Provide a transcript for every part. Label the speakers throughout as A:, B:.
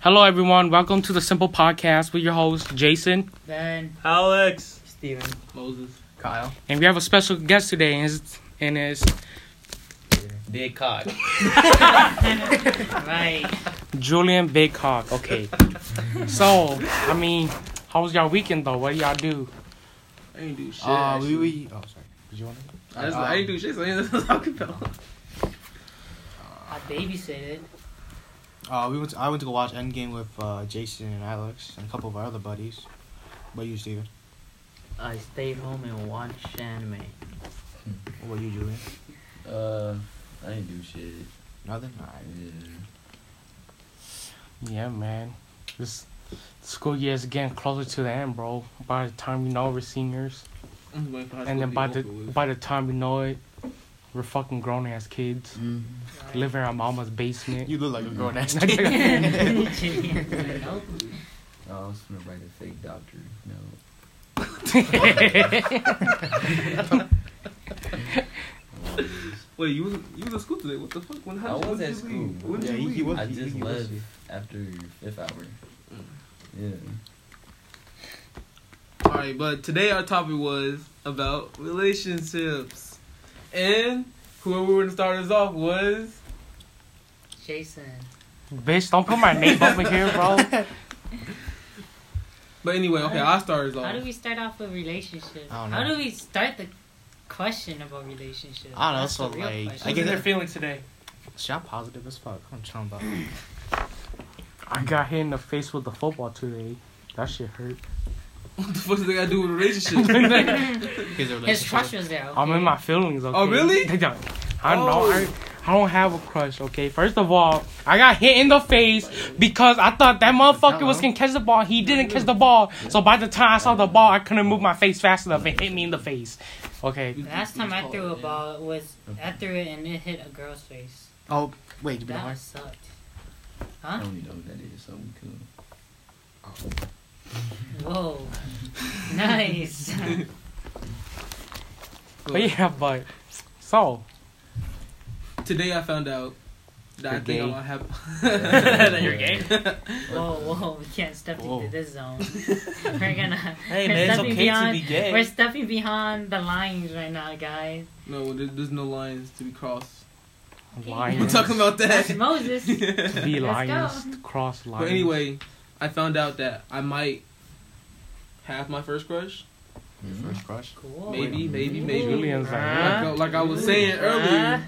A: Hello, everyone. Welcome to the Simple Podcast with your host, Jason.
B: Then
C: Alex.
B: Steven.
C: Moses.
B: Kyle.
A: And we have a special guest today, and his, and his
C: Big cock.
B: Right.
A: Julian Big Hawk. Okay. so, I mean, how was y'all weekend, though? What did y'all do?
C: I ain't do shit.
D: Ah,
E: Uh, we,
C: actually.
E: we, oh, sorry. Did you want to?
C: That's- I ain't do shit. So I ain't talking about.
B: I babysitted.
E: Uh, we went. To, I went to go watch Endgame with uh, Jason and Alex and a couple of our other buddies. What about you, Steven?
B: I stayed home and watched anime.
E: What about you, Julian?
D: Uh, I didn't do shit.
E: Nothing. All right.
A: Yeah, man. This school year is getting closer to the end, bro. By the time you know, it, we're seniors.
C: I'm just waiting for high
A: And
C: school
A: then
C: to
A: by
C: be
A: the
C: over with.
A: by the time we know it, we're fucking grown ass kids
C: Mm-hmm.
A: living in our mama's basement.
E: You look like a grown ass.
D: Oh, I was gonna write a fake doctor. No.
C: Wait, you was you was at school today? What the fuck? When how
D: I
C: did-
D: was
C: when
D: at
C: did you leave?
D: school.
C: When did
E: Yeah,
C: you
E: he- he
C: leave?
E: was-
D: I just
E: he
D: left
E: was-
D: after fifth hour. Yeah.
C: All right, but today our topic was about relationships, and whoever we were gonna start us off was
B: Jason.
A: Bitch, don't put my name over here, bro.
C: But anyway, okay, I started us
F: How do
C: off.
F: we start off with relationships?
E: I don't
F: How
E: know.
F: do we start the question about relationships?
E: I don't know,
F: That's
E: so,
F: the real
E: like,
F: question.
E: I
A: Look
E: get
A: at their
E: it.
A: feelings today.
E: Shit, I'm positive as fuck. I'm chilling about.
A: I got hit in the face with the football today. That shit hurt.
C: What the fuck does that got to do with relationships?
E: His
F: His
E: relationship.
F: trust was there. Okay.
A: I'm in my feelings. Okay?
C: Oh, really?
A: They don't- I don't know. I,
C: Oh.
A: I don't have a crush. Okay. First of all, I got hit in the face because I thought that motherfucker
C: Uh-huh.
A: was gonna catch the ball. He didn't catch the ball. So by the time I saw the ball, I couldn't move my face fast enough. It hit me in the face. Okay.
F: Last time I threw a ball it was I threw it and it hit a girl's face.
E: Oh wait, you been
F: That
E: hard.
F: sucked.
D: I
F: Huh?
C: Ah.
D: don't even know who that is. So I'm cool.
F: Whoa. nice.
A: But Oh, yeah, but so
C: Today I found out that I
A: You're
C: think
A: gay.
C: I'm gonna have
D: That
F: you're gay? whoa, whoa, we can't step into this zone. we're gonna
B: Hey
F: we're stepping beyond
B: gay.
F: we're stepping behind the lines right now, guys.
C: no. There, there's no lines to be crossed.
A: lions.
C: We're talking about
F: That's
C: that.
F: Moses.
A: be
F: Let's
A: lions,
F: go.
A: cross lions.
C: But anyway, I found out that I might have my first crush.
D: Mm-hmm.
E: First crush.
F: Cool. Uh-huh.
C: Maybe, maybe,
A: It's
C: maybe.
A: really
C: Like,
A: insane.
C: I- like I was saying earlier,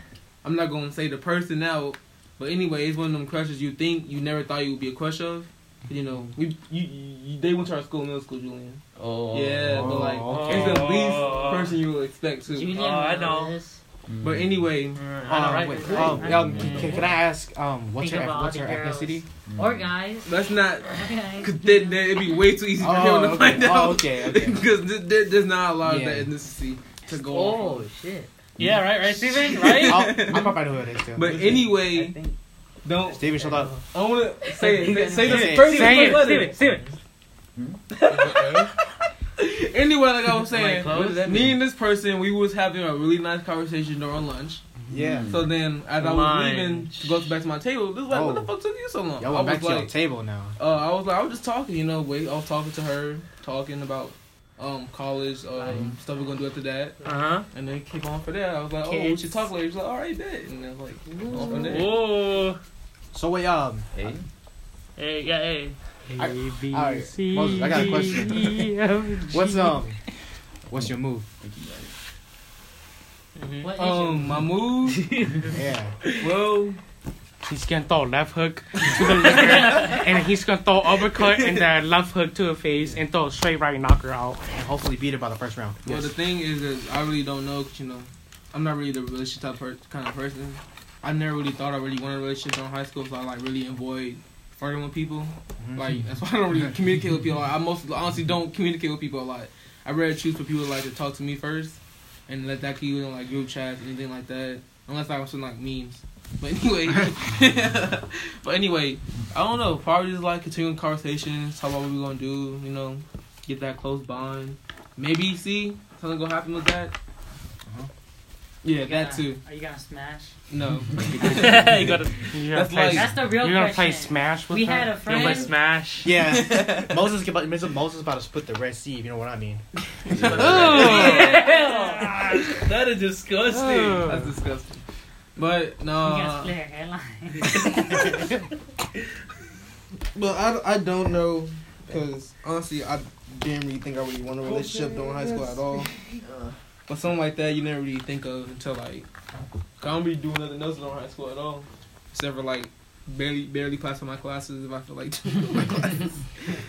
C: I'm not gonna say the person out, but anyway, it's one of them crushes you think you never thought you would be a crush of. You know, we you, you they went to our school, middle school, Julian.
D: Oh.
C: Yeah, but like
E: Oh,
C: it's the
B: okay.
C: least person you would expect to.
F: Julian
B: Oh, I know.
F: Moses.
D: Mm.
C: But anyway,
E: Um,
B: right,
E: wait,
C: Oh,
B: right.
E: um,
F: right.
E: um, can, can I ask um what's
F: Think
E: her
F: about
E: what's
F: all
E: her
F: the girls.
E: ethnicity?
D: Mm.
F: Or guys.
C: let's not.
F: Or guys.
C: Cause then, then it'd be way too easy for him to
E: okay.
C: find
E: Oh,
C: out.
E: okay, okay.
C: Because there, there's not a lot of
E: Yeah.
C: that ethnicity to go. off of.
B: Oh shit.
A: yeah, right, right, Steven, right?
E: I'll, I probably know who it is too.
C: But
B: I
C: anyway,
B: think
C: don't.
E: Steven, shut up.
C: I wanna say it. Say, say
E: Say
C: the
E: it.
C: first
A: Say it,
C: letter.
A: Steven, Steven.
C: Anyway, like I was saying,
B: clothes? What does that
C: me and this person, we was having a really nice conversation during lunch.
E: Yeah.
C: So then, as I was
B: Lunch.
C: leaving to go back to my table, this was like, what the
E: Mm-hmm. Oh.
C: fuck took you so long?
E: Y'all
C: I
E: went
C: was
E: back to your
C: like,
E: table now.
C: uh, I was like, I was just talking, you know, wait, I was talking to her, talking about um college, um, stuff we're gonna do after that,
B: Uh
C: and then keep on for that. I was like, oh, we
B: Kids.
C: should talk later. She's like, all right, bet. And I was like, "Keep on from
B: huh.
C: there."
B: Ooh.
E: So wait, um,
D: Hey.
B: Hey, yeah, hey.
A: A, B,
E: alright,
A: C,
E: Moses, I got a
A: D,
E: question.
A: E, F,
E: what's
A: G.
E: um, what's your move?
D: Think you got it.
F: What is your-
C: Um, my move.
E: Yeah.
C: well,
A: He's gonna throw left hook to the liver, and he's gonna throw uppercut and that left hook to her face, and throw a straight right knocker out.
E: and hopefully beat it by the first round.
C: Well, the thing is, is I really don't know, 'cause, you know, I'm not really the relationship type per- kind of person. I never really thought I really wanted a relationship in high school, so I like really avoid flirting with people. Like that's why I don't really communicate with people. I most honestly don't communicate with people a lot. I rather choose for people like to talk to me first, and let that keep in like group chats, anything like that. Unless I'm some like memes. But anyway, but anyway, I don't know. Probably just like continuing conversations, talk about what we're gonna do. You know, get that close bond. Maybe see something gonna happen with that. Yeah,
G: You
C: that
G: gonna-
C: too.
G: Are you gonna smash?
C: No.
H: you gotta.
A: You're gonna
C: That's
A: play,
C: like-
G: That's the real
A: you're gonna play
G: question.
A: Smash with
G: We
A: her?
G: had a
A: You're gonna play
G: friend-
A: Smash.
E: Yeah, Moses about Moses about to split the Red Sea. If you know what I mean.
C: Oh.
H: that is disgusting.
C: That's disgusting. But no.
G: you gonna
C: uh,
G: split her hairline.
C: But I, I don't know because honestly I didn't really think I really wanted a relationship during high school at all. But something like that you never really think of until like 'cause I don't really do nothing else during high school at all, except for like barely barely pass my classes if I feel like doing my classes.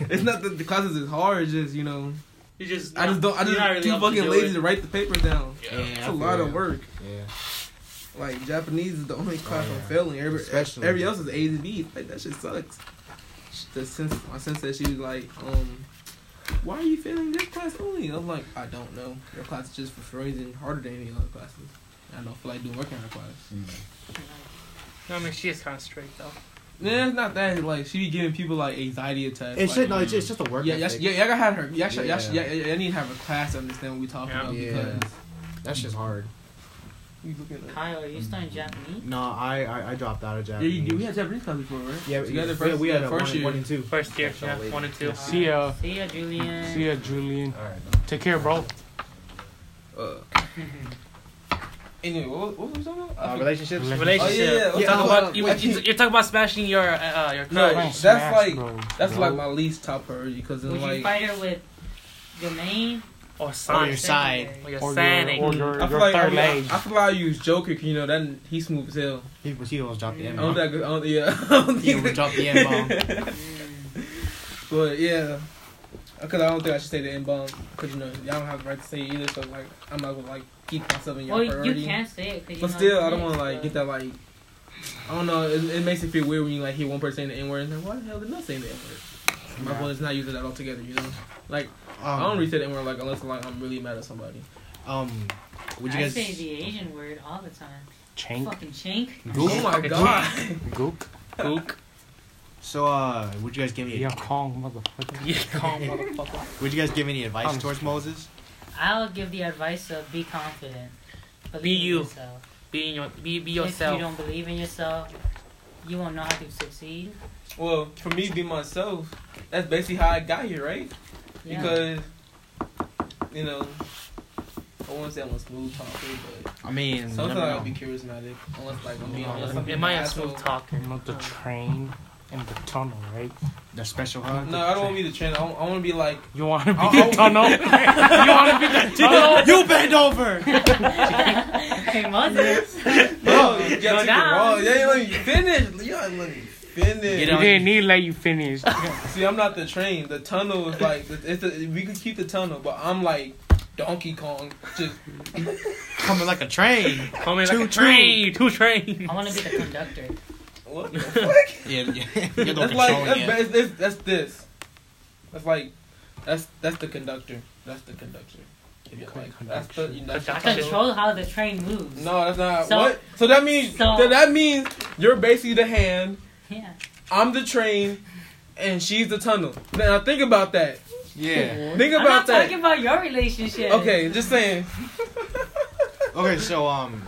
C: it's not that the classes is hard, it's just you know
H: You just.
C: I just don't I
H: you're not
C: just
H: really
C: too
H: up to
C: fucking
H: do
C: lazy
H: it.
C: to write the paper down. It's a lot of work.
E: Yeah.
C: Like Japanese is the only class
E: yeah.
C: I'm failing. Every
E: Especially-
C: every else is A to B. Like that shit sucks. She- The sense my sense that she was like, um, why are you failing this class only? I'm like, I don't know. Your class is just for some reason harder than any other classes. And I don't feel like doing work in her class.
A: I mean, she is kind of straight though.
C: Nah, it's not that. Like she be giving people like anxiety attacks.
E: It's
C: like,
E: just no. It's, it's just a work.
C: yeah, yeah,
E: ethic.
C: yeah, yeah. I gotta have her. Yeah, yeah, yeah,
E: Yeah.
C: yeah, yeah, yeah. I need to have a class to understand what we talking
A: Yeah.
C: about
E: Yeah.
C: because
E: That's just hard.
C: you looking at.
G: Kyle, are you studying Japanese?
E: No, I I, I dropped out of
C: Yeah,
E: Japanese.
C: you do. We had Japanese class before, right?
E: Yeah,
C: together
E: we,
C: first.
E: we had a
C: first
E: one,
C: year.
E: one and two.
A: First year,
E: That's
A: yeah,
E: all
A: one
E: it
A: and two.
E: is.
A: See ya.
G: Uh, See ya, Julian.
A: See ya, Julian.
I: All right.
A: Take care, bro.
C: Uh, anyway, what, what was I talking about? I
E: Uh,
C: forgot.
E: relationships.
H: Relationship.
C: Oh, yeah, yeah.
H: You're,
C: Yeah,
H: talking
C: I-
H: about, you,
C: I-
H: you- you're talking about smashing your uh, uh, your
C: No,
H: crush.
C: that's like- That's like my least top priority because
G: Would
C: it's
G: you
C: like
G: fight her with your main?
H: Or
E: On
H: sign.
E: your side.
H: Or your
A: or
H: signing.
A: your, or your,
C: I feel
A: your
C: like I,
A: third
C: mean, I,
A: leg.
C: I feel like I use Joker, 'cause, you know that he's smooth as hell.
E: He was he almost dropped the
G: Yeah.
E: M.
C: I don't
E: bomb.
C: think I could- I don't- yeah, I don't
E: He
C: think
E: almost
C: that-
E: dropped the M bomb.
G: Mm.
C: but yeah, because I don't think I should say the N bomb because you know y'all don't have the right to say it either. So like I'm not gonna like keep myself in your
G: Well, you
C: priority.
G: can't say it. 'cause you
C: but
G: know
C: still,
G: it's
C: I don't
G: mixed,
C: want to like
G: but-
C: get that like. I don't know. It, it makes it feel weird when you like hear one person saying the N word and then why the hell did not say the N word? My
E: Yeah.
C: phone is not using that altogether, you know. Like I don't
E: Um,
C: really say the N word like unless like I'm really mad at somebody.
E: um, would you
G: I
E: guys?
G: say the Asian word all the time.
A: Chink,
G: Fucking chink.
C: Oh my god.
A: gook, gook.
E: So uh, would you guys give me?
A: Yeah, Kong, motherfucker.
H: Yeah, calm, motherfucker.
E: Would you guys give any advice
A: Um,
E: towards Moses?
G: I'll give the advice of be confident. Believe in
H: you.
G: Yourself.
H: Be, in your, be, be
G: If you
H: yourself.
G: don't believe in yourself, you won't know how to succeed.
C: Well, for me, be myself. That's basically how I got here, right?
G: Yeah.
C: Because you know, I won't say I'm a smooth talker, but
E: I mean, you
C: sometimes
E: never know.
C: I'll be charismatic. Unless, like, I'm being honest, I'm being
H: Am I
C: an
H: a
C: asshole.
H: smooth talker?
A: You know the train and the tunnel, right?
E: the special hug.
C: No, I don't want to be the trainer. I want, I want to be like,
A: You want to be
C: I'll-
A: the tunnel? you want to be the tunnel?
E: You bend over.
G: hey, Moses.
C: no, you
G: Go
C: gotta take it
G: down.
C: wrong. Yeah, you let me finish. You gotta let me finish.
E: Get
A: You
E: on-
A: didn't need to let you finish.
C: See, I'm not the train. The tunnel is like, it's the, we could keep the tunnel, but I'm like Donkey Kong. Just
E: Coming like a train.
H: Call me like
E: Two
H: a train. Two train.
G: I want to be the conductor.
C: what? the fuck?
E: Yeah, yeah. You're the one
C: that's like
E: controlling
C: that's,
E: it.
C: ba- it's- it's- that's this. That's like that's that's the conductor. That's the conductor. If you like, that's the you know, that's the
H: Conductor.
C: tunnel.
G: Control how the train moves.
C: No, that's not
G: So-
C: what. So that means
G: so-
C: so that means you're basically the hand.
G: Yeah.
C: I'm the train, and she's the tunnel. Now think about that.
E: Yeah.
C: Think
G: I'm not
C: about that.
G: talking about your relationship.
C: okay, just saying.
E: Okay, so um,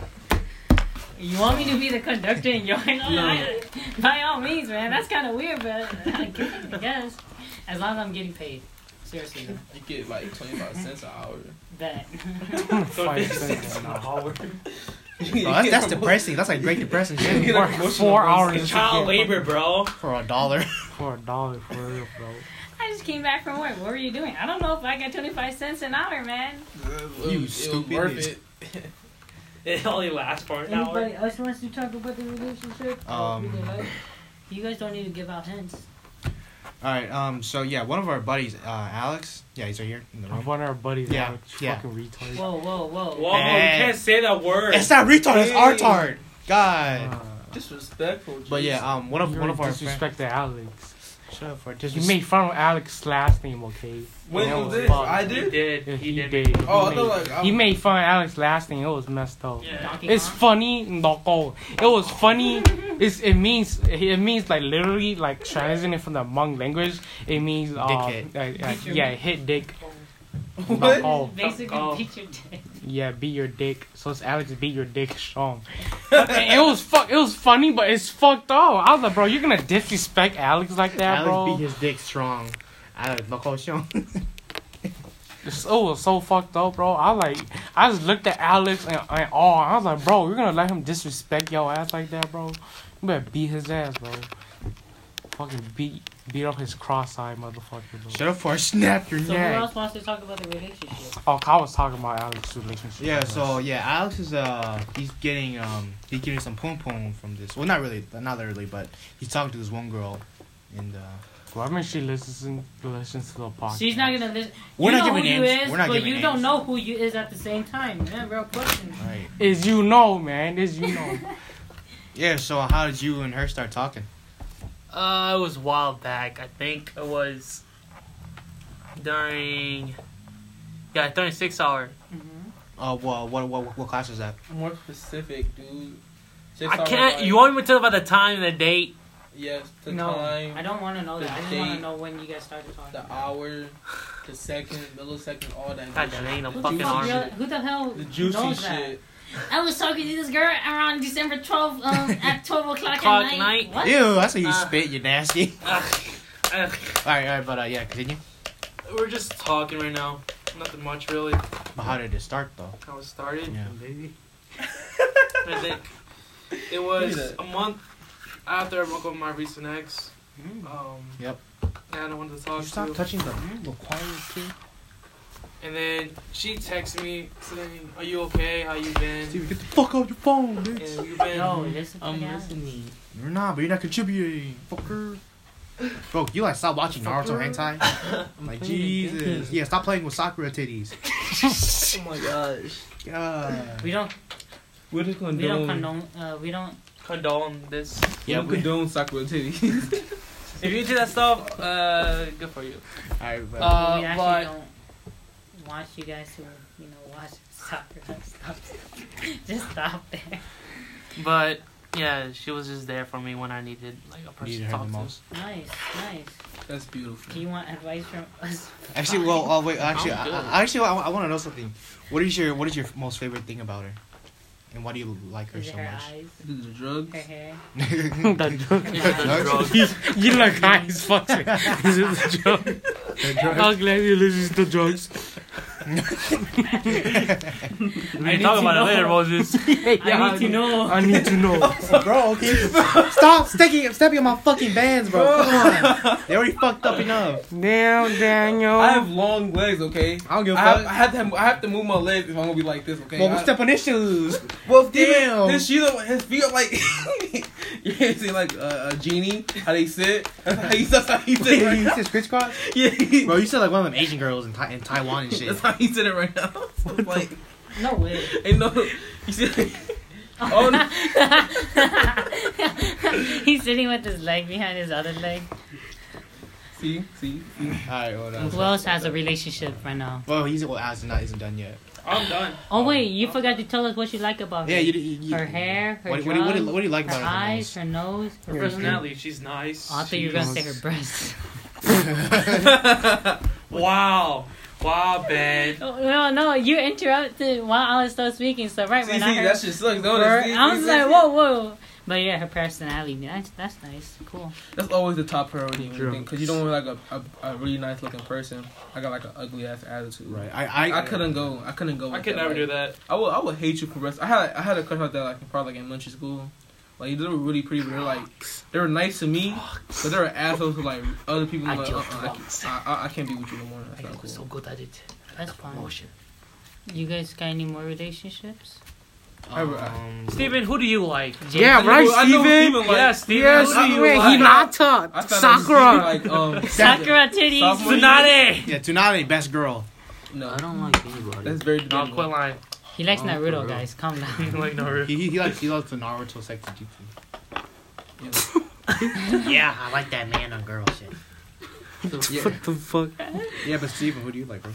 G: You want me to be the conductor and you're no, I, by all means, man. That's kind of weird, but I guess- I guess as long as I'm getting paid. Seriously,
C: You get like twenty five cents an hour.
G: bet.
A: Five cents an hour.
E: oh, that's, that's depressing. That's like great depressing shit
C: Get a
A: Four,
C: promotional
A: four
C: bonus.
A: hours
H: Child labor, bro.
E: for a dollar.
A: for a dollar for real, bro.
G: I just came back from work. What were you doing? I don't know if I got 25 cents an hour, man.
E: You
C: It was- it was
E: stupid
C: worth
E: bitch.
C: it.
H: It only lasts for an hour.
G: Anybody else wants to talk about the relationship? Oh,
E: Um,
G: you guys don't need to give out hints.
E: All right. Um. So yeah, one of our buddies, uh, Alex. Yeah, he's right here in the
A: I'm
E: room.
A: one of our buddies.
E: Yeah,
A: Yeah,
E: yeah.
A: Fucking retard.
G: Whoa, whoa, whoa.
H: Whoa, you can't say that word.
E: It's not retard. It's
C: Hey. Uh,
E: artard.
A: Uh,
E: God.
C: Disrespectful.
E: But yeah, um, one of one of our friends.
A: disrespect to Alex.
E: Shut up for
A: You made fun of Alex's last name, okay?
C: When
A: That
C: was
A: was
C: this?
A: fun.
C: I
H: He
C: did.
H: did.
A: Yeah,
H: He,
A: he
H: did.
A: did.
C: Oh, I
A: He
C: thought
A: made-
C: like I
A: He
C: was-
A: made fun of Alex's last name. It was messed up.
H: Yeah.
G: Donkey
A: It's
G: Kong?
A: funny, loco. It was funny. It's, it means it means like literally like translating it from the Hmong language. It means uh,
E: Dickhead.
A: like- like, yeah, hit dick.
C: What?
A: Loco.
G: Basically,
H: Oh.
G: picture dick.
A: Yeah, beat your dick. So it's Alex beat your dick strong. And it was fuck. It was funny, but it's fucked up. I was like, bro, you're gonna disrespect Alex like that,
E: Alex
A: bro.
E: beat his dick strong. Alex, no question.
A: It's- It was so fucked up, bro. I like, I just looked at Alex and, and all. I was like, bro, you're gonna let him disrespect your ass like that, bro? You better beat his ass, bro. Fucking beat, beat up his cross-eyed motherfucker, bro.
E: Shut up for snap your
G: So who
E: neck.
G: else wants to talk about the relationship?
A: Oh, I was talking about Alex's relationship.
E: Yeah,
A: with us.
E: so yeah, Alex is uh he's getting um he's getting some pom pom from this. Well, not really, not really, but he's talking to this one girl, and uh,
A: Why mean she listens listens to the podcast?
G: She's not gonna listen.
E: We're
G: you
E: not
G: know
E: giving
G: who
E: names.
G: You is,
E: We're not
G: but
E: giving
G: you
E: names.
G: don't know who you is at the same time. Man, real question.
E: all right.
A: Is you know, man. Is you know.
E: Yeah, so how did you and her start talking?
J: Uh, it was a while back. I think it was during yeah, during six hour.
E: Uh, well, what what what class was that?
C: More specific, dude. Six
J: I
C: hour
J: can't.
C: ride.
J: You want me to tell about the time and the date?
C: Yes, the
G: no,
C: time,
G: I don't want to know
C: the
G: that. I just want
C: date,
G: to know when you guys started talking.
C: the hour, the second, millisecond, all that.
J: God
C: good
J: damn, ain't no
G: Who
C: shit. The
J: fucking
G: the,
C: juicy
G: fuck
J: army.
G: real,
C: shit.
G: who the hell
C: The juicy
G: knows that?
C: shit.
G: I was talking to this girl around December 12th um, at 12 o'clock
J: Clock
G: at night.
J: night.
G: What?
E: Ew, that's how you
J: Uh,
E: spit. You nasty.
J: Ugh. Ugh.
E: All right, all right, but uh, yeah, continue.
J: We're just talking right now. Nothing much really.
E: But how did it start though?
J: How it started.
E: Yeah.
J: I think it
C: Give me
J: was
C: that.
J: a month after I broke up with my recent ex.
C: Mm.
J: Um,
E: Yep.
J: And I don't want to
E: You
J: talk
E: stop
J: to.
E: touching the little quiet kid.
J: and then she texts me saying, "Are you okay? How you been?
E: Steven, get the fuck off your phone,
J: And
E: bitch.
J: you been?"
G: Yo, listen to
A: Um,
J: Um,
C: I'm
G: that.
C: listening.
E: You're not, but you're not contributing, fucker. Bro, you like stop watching Naruto hentai? like Jesus, yeah, stop playing with Sakura titties.
K: Oh my gosh.
E: God.
G: We don't,
C: We're just gonna
G: we don't condone, uh, we don't,
J: condone this.
E: Yeah, we-
C: condone Sakura titties.
J: If you do that stuff, uh, good for you.
E: Alright, but
J: Uh,
G: we actually
J: but-
G: don't want you guys to, you know, watch soccer. Stop. Just stop there.
J: But yeah, she was just there for me when I needed like a person
E: Needed
J: to
E: her
J: talk
E: the
J: to.
E: most.
G: Nice, nice.
C: That's
G: Do
C: beautiful.
G: you want advice from us?
E: Actually, well, uh, wait. Actually,
J: I'm
E: I,
J: good.
E: I- actually, I, want to know something. What is your What is your most favorite thing about her? And why do you like her
G: Is
E: so
G: it her
E: much?
G: eyes?
C: The drugs.
G: Her hair?
A: the joke.
J: The drugs.
A: you look high as fuck. sir. This is the joke. I'm glad you listen to drugs.
J: We can talk about it later, Moses.
G: I need to know.
A: I need to know.
E: bro, okay. Stop sticking, stepping on my fucking bands, bro. Come on. They already fucked up enough.
A: Damn, Daniel.
C: I have long legs, okay.
E: I don't give
C: I
E: a
C: have,
E: fuck.
C: I have to I have to move my legs if I'm gonna be like this, okay.
E: well,
C: I,
E: we'll step on his shoes.
C: well,
E: Damn.
C: damn. His shoes, are- his feet are like you can't see like uh, a genie how they sit. That's how he, that's how he
E: Wait,
C: sit right
E: you
C: now.
E: said crisscross?
C: Yeah, he-
E: Bro, you said like one of them Asian girls in, Ti- in Taiwan and shit.
C: that's how he sit it right now. So it's like
G: No way.
C: ain't no. You see, oh no.
G: He's sitting with his leg behind his other leg.
C: see, see, see.
E: Alright, hold
G: Who
E: on.
G: else has a relationship right now?
E: Well, he's well, as not isn't done yet.
J: I'm done.
G: Oh wait, you forgot to tell us what you like about
E: Uh, Yeah,
G: her.
E: you. you
G: her hair, her
E: What, do- what, do you-
G: drugs,
E: what, do you- what do you like
G: her
E: about her? the
G: eyes, her nose,
J: Her personality, she's nice.
G: Oh, I thought you were
J: She's-
G: gonna say her breasts.
J: Wow. Wow, Ben.
G: Oh, no, no, you interrupted while I was still speaking. So right
C: See, see,
G: when I heard,
C: that shit sucks. Don't
G: her,
C: it? See,
G: I
C: see,
G: was
C: see,
G: like,
C: see.
G: whoa, whoa. But yeah, her personality, that's that's nice, cool.
C: That's always the top priority when you think, cause you don't want like a, a, a really nice looking person. I got like an ugly ass attitude.
E: Right. I I,
C: I couldn't go. I couldn't go.
J: I
C: with
J: could never
C: like-
J: do that.
C: I would. I would hate you for rest. I had. I had a crush like that, like in probably like in elementary school. Like they were really pretty, but they're like they were nice to me, but they were assholes to like other
E: Mm,
C: people.
J: I
C: like,
E: uh,
J: killed
C: uh-uh, I,
J: frogs.
C: can't- I, I, I can't be with you no more. That's
J: I
C: not
J: was so
C: cool.
J: good at it.
G: That's fine.
J: Promotion.
G: You guys got any more relationships?
E: Um,
J: Steven, who do you like?
A: yeah, right,
C: I know
A: Steven?
C: Steven, like,
J: yeah, Steven.
A: Yeah,
J: who do you
A: Steven.
J: like?
C: I
A: Hinata.
C: found out
A: Sakura.
C: Steven, Like um,
G: Sakura titties.
C: Sophomore year-
J: Tsunade.
E: yeah, Tsunade, best girl.
C: No,
K: I don't like anybody.
C: that's very.
J: No,
C: debatable.
J: quit lying.
G: He likes
K: Oh, for
G: Naruto,
K: real.
G: guys. Calm down.
J: like Naruto.
E: He, he, he likes he loves the Naruto sexy dude.
K: yeah, I like that man on girl shit.
C: Yeah,
A: What the fuck?
E: Yeah, but Steven, who do you like, bro?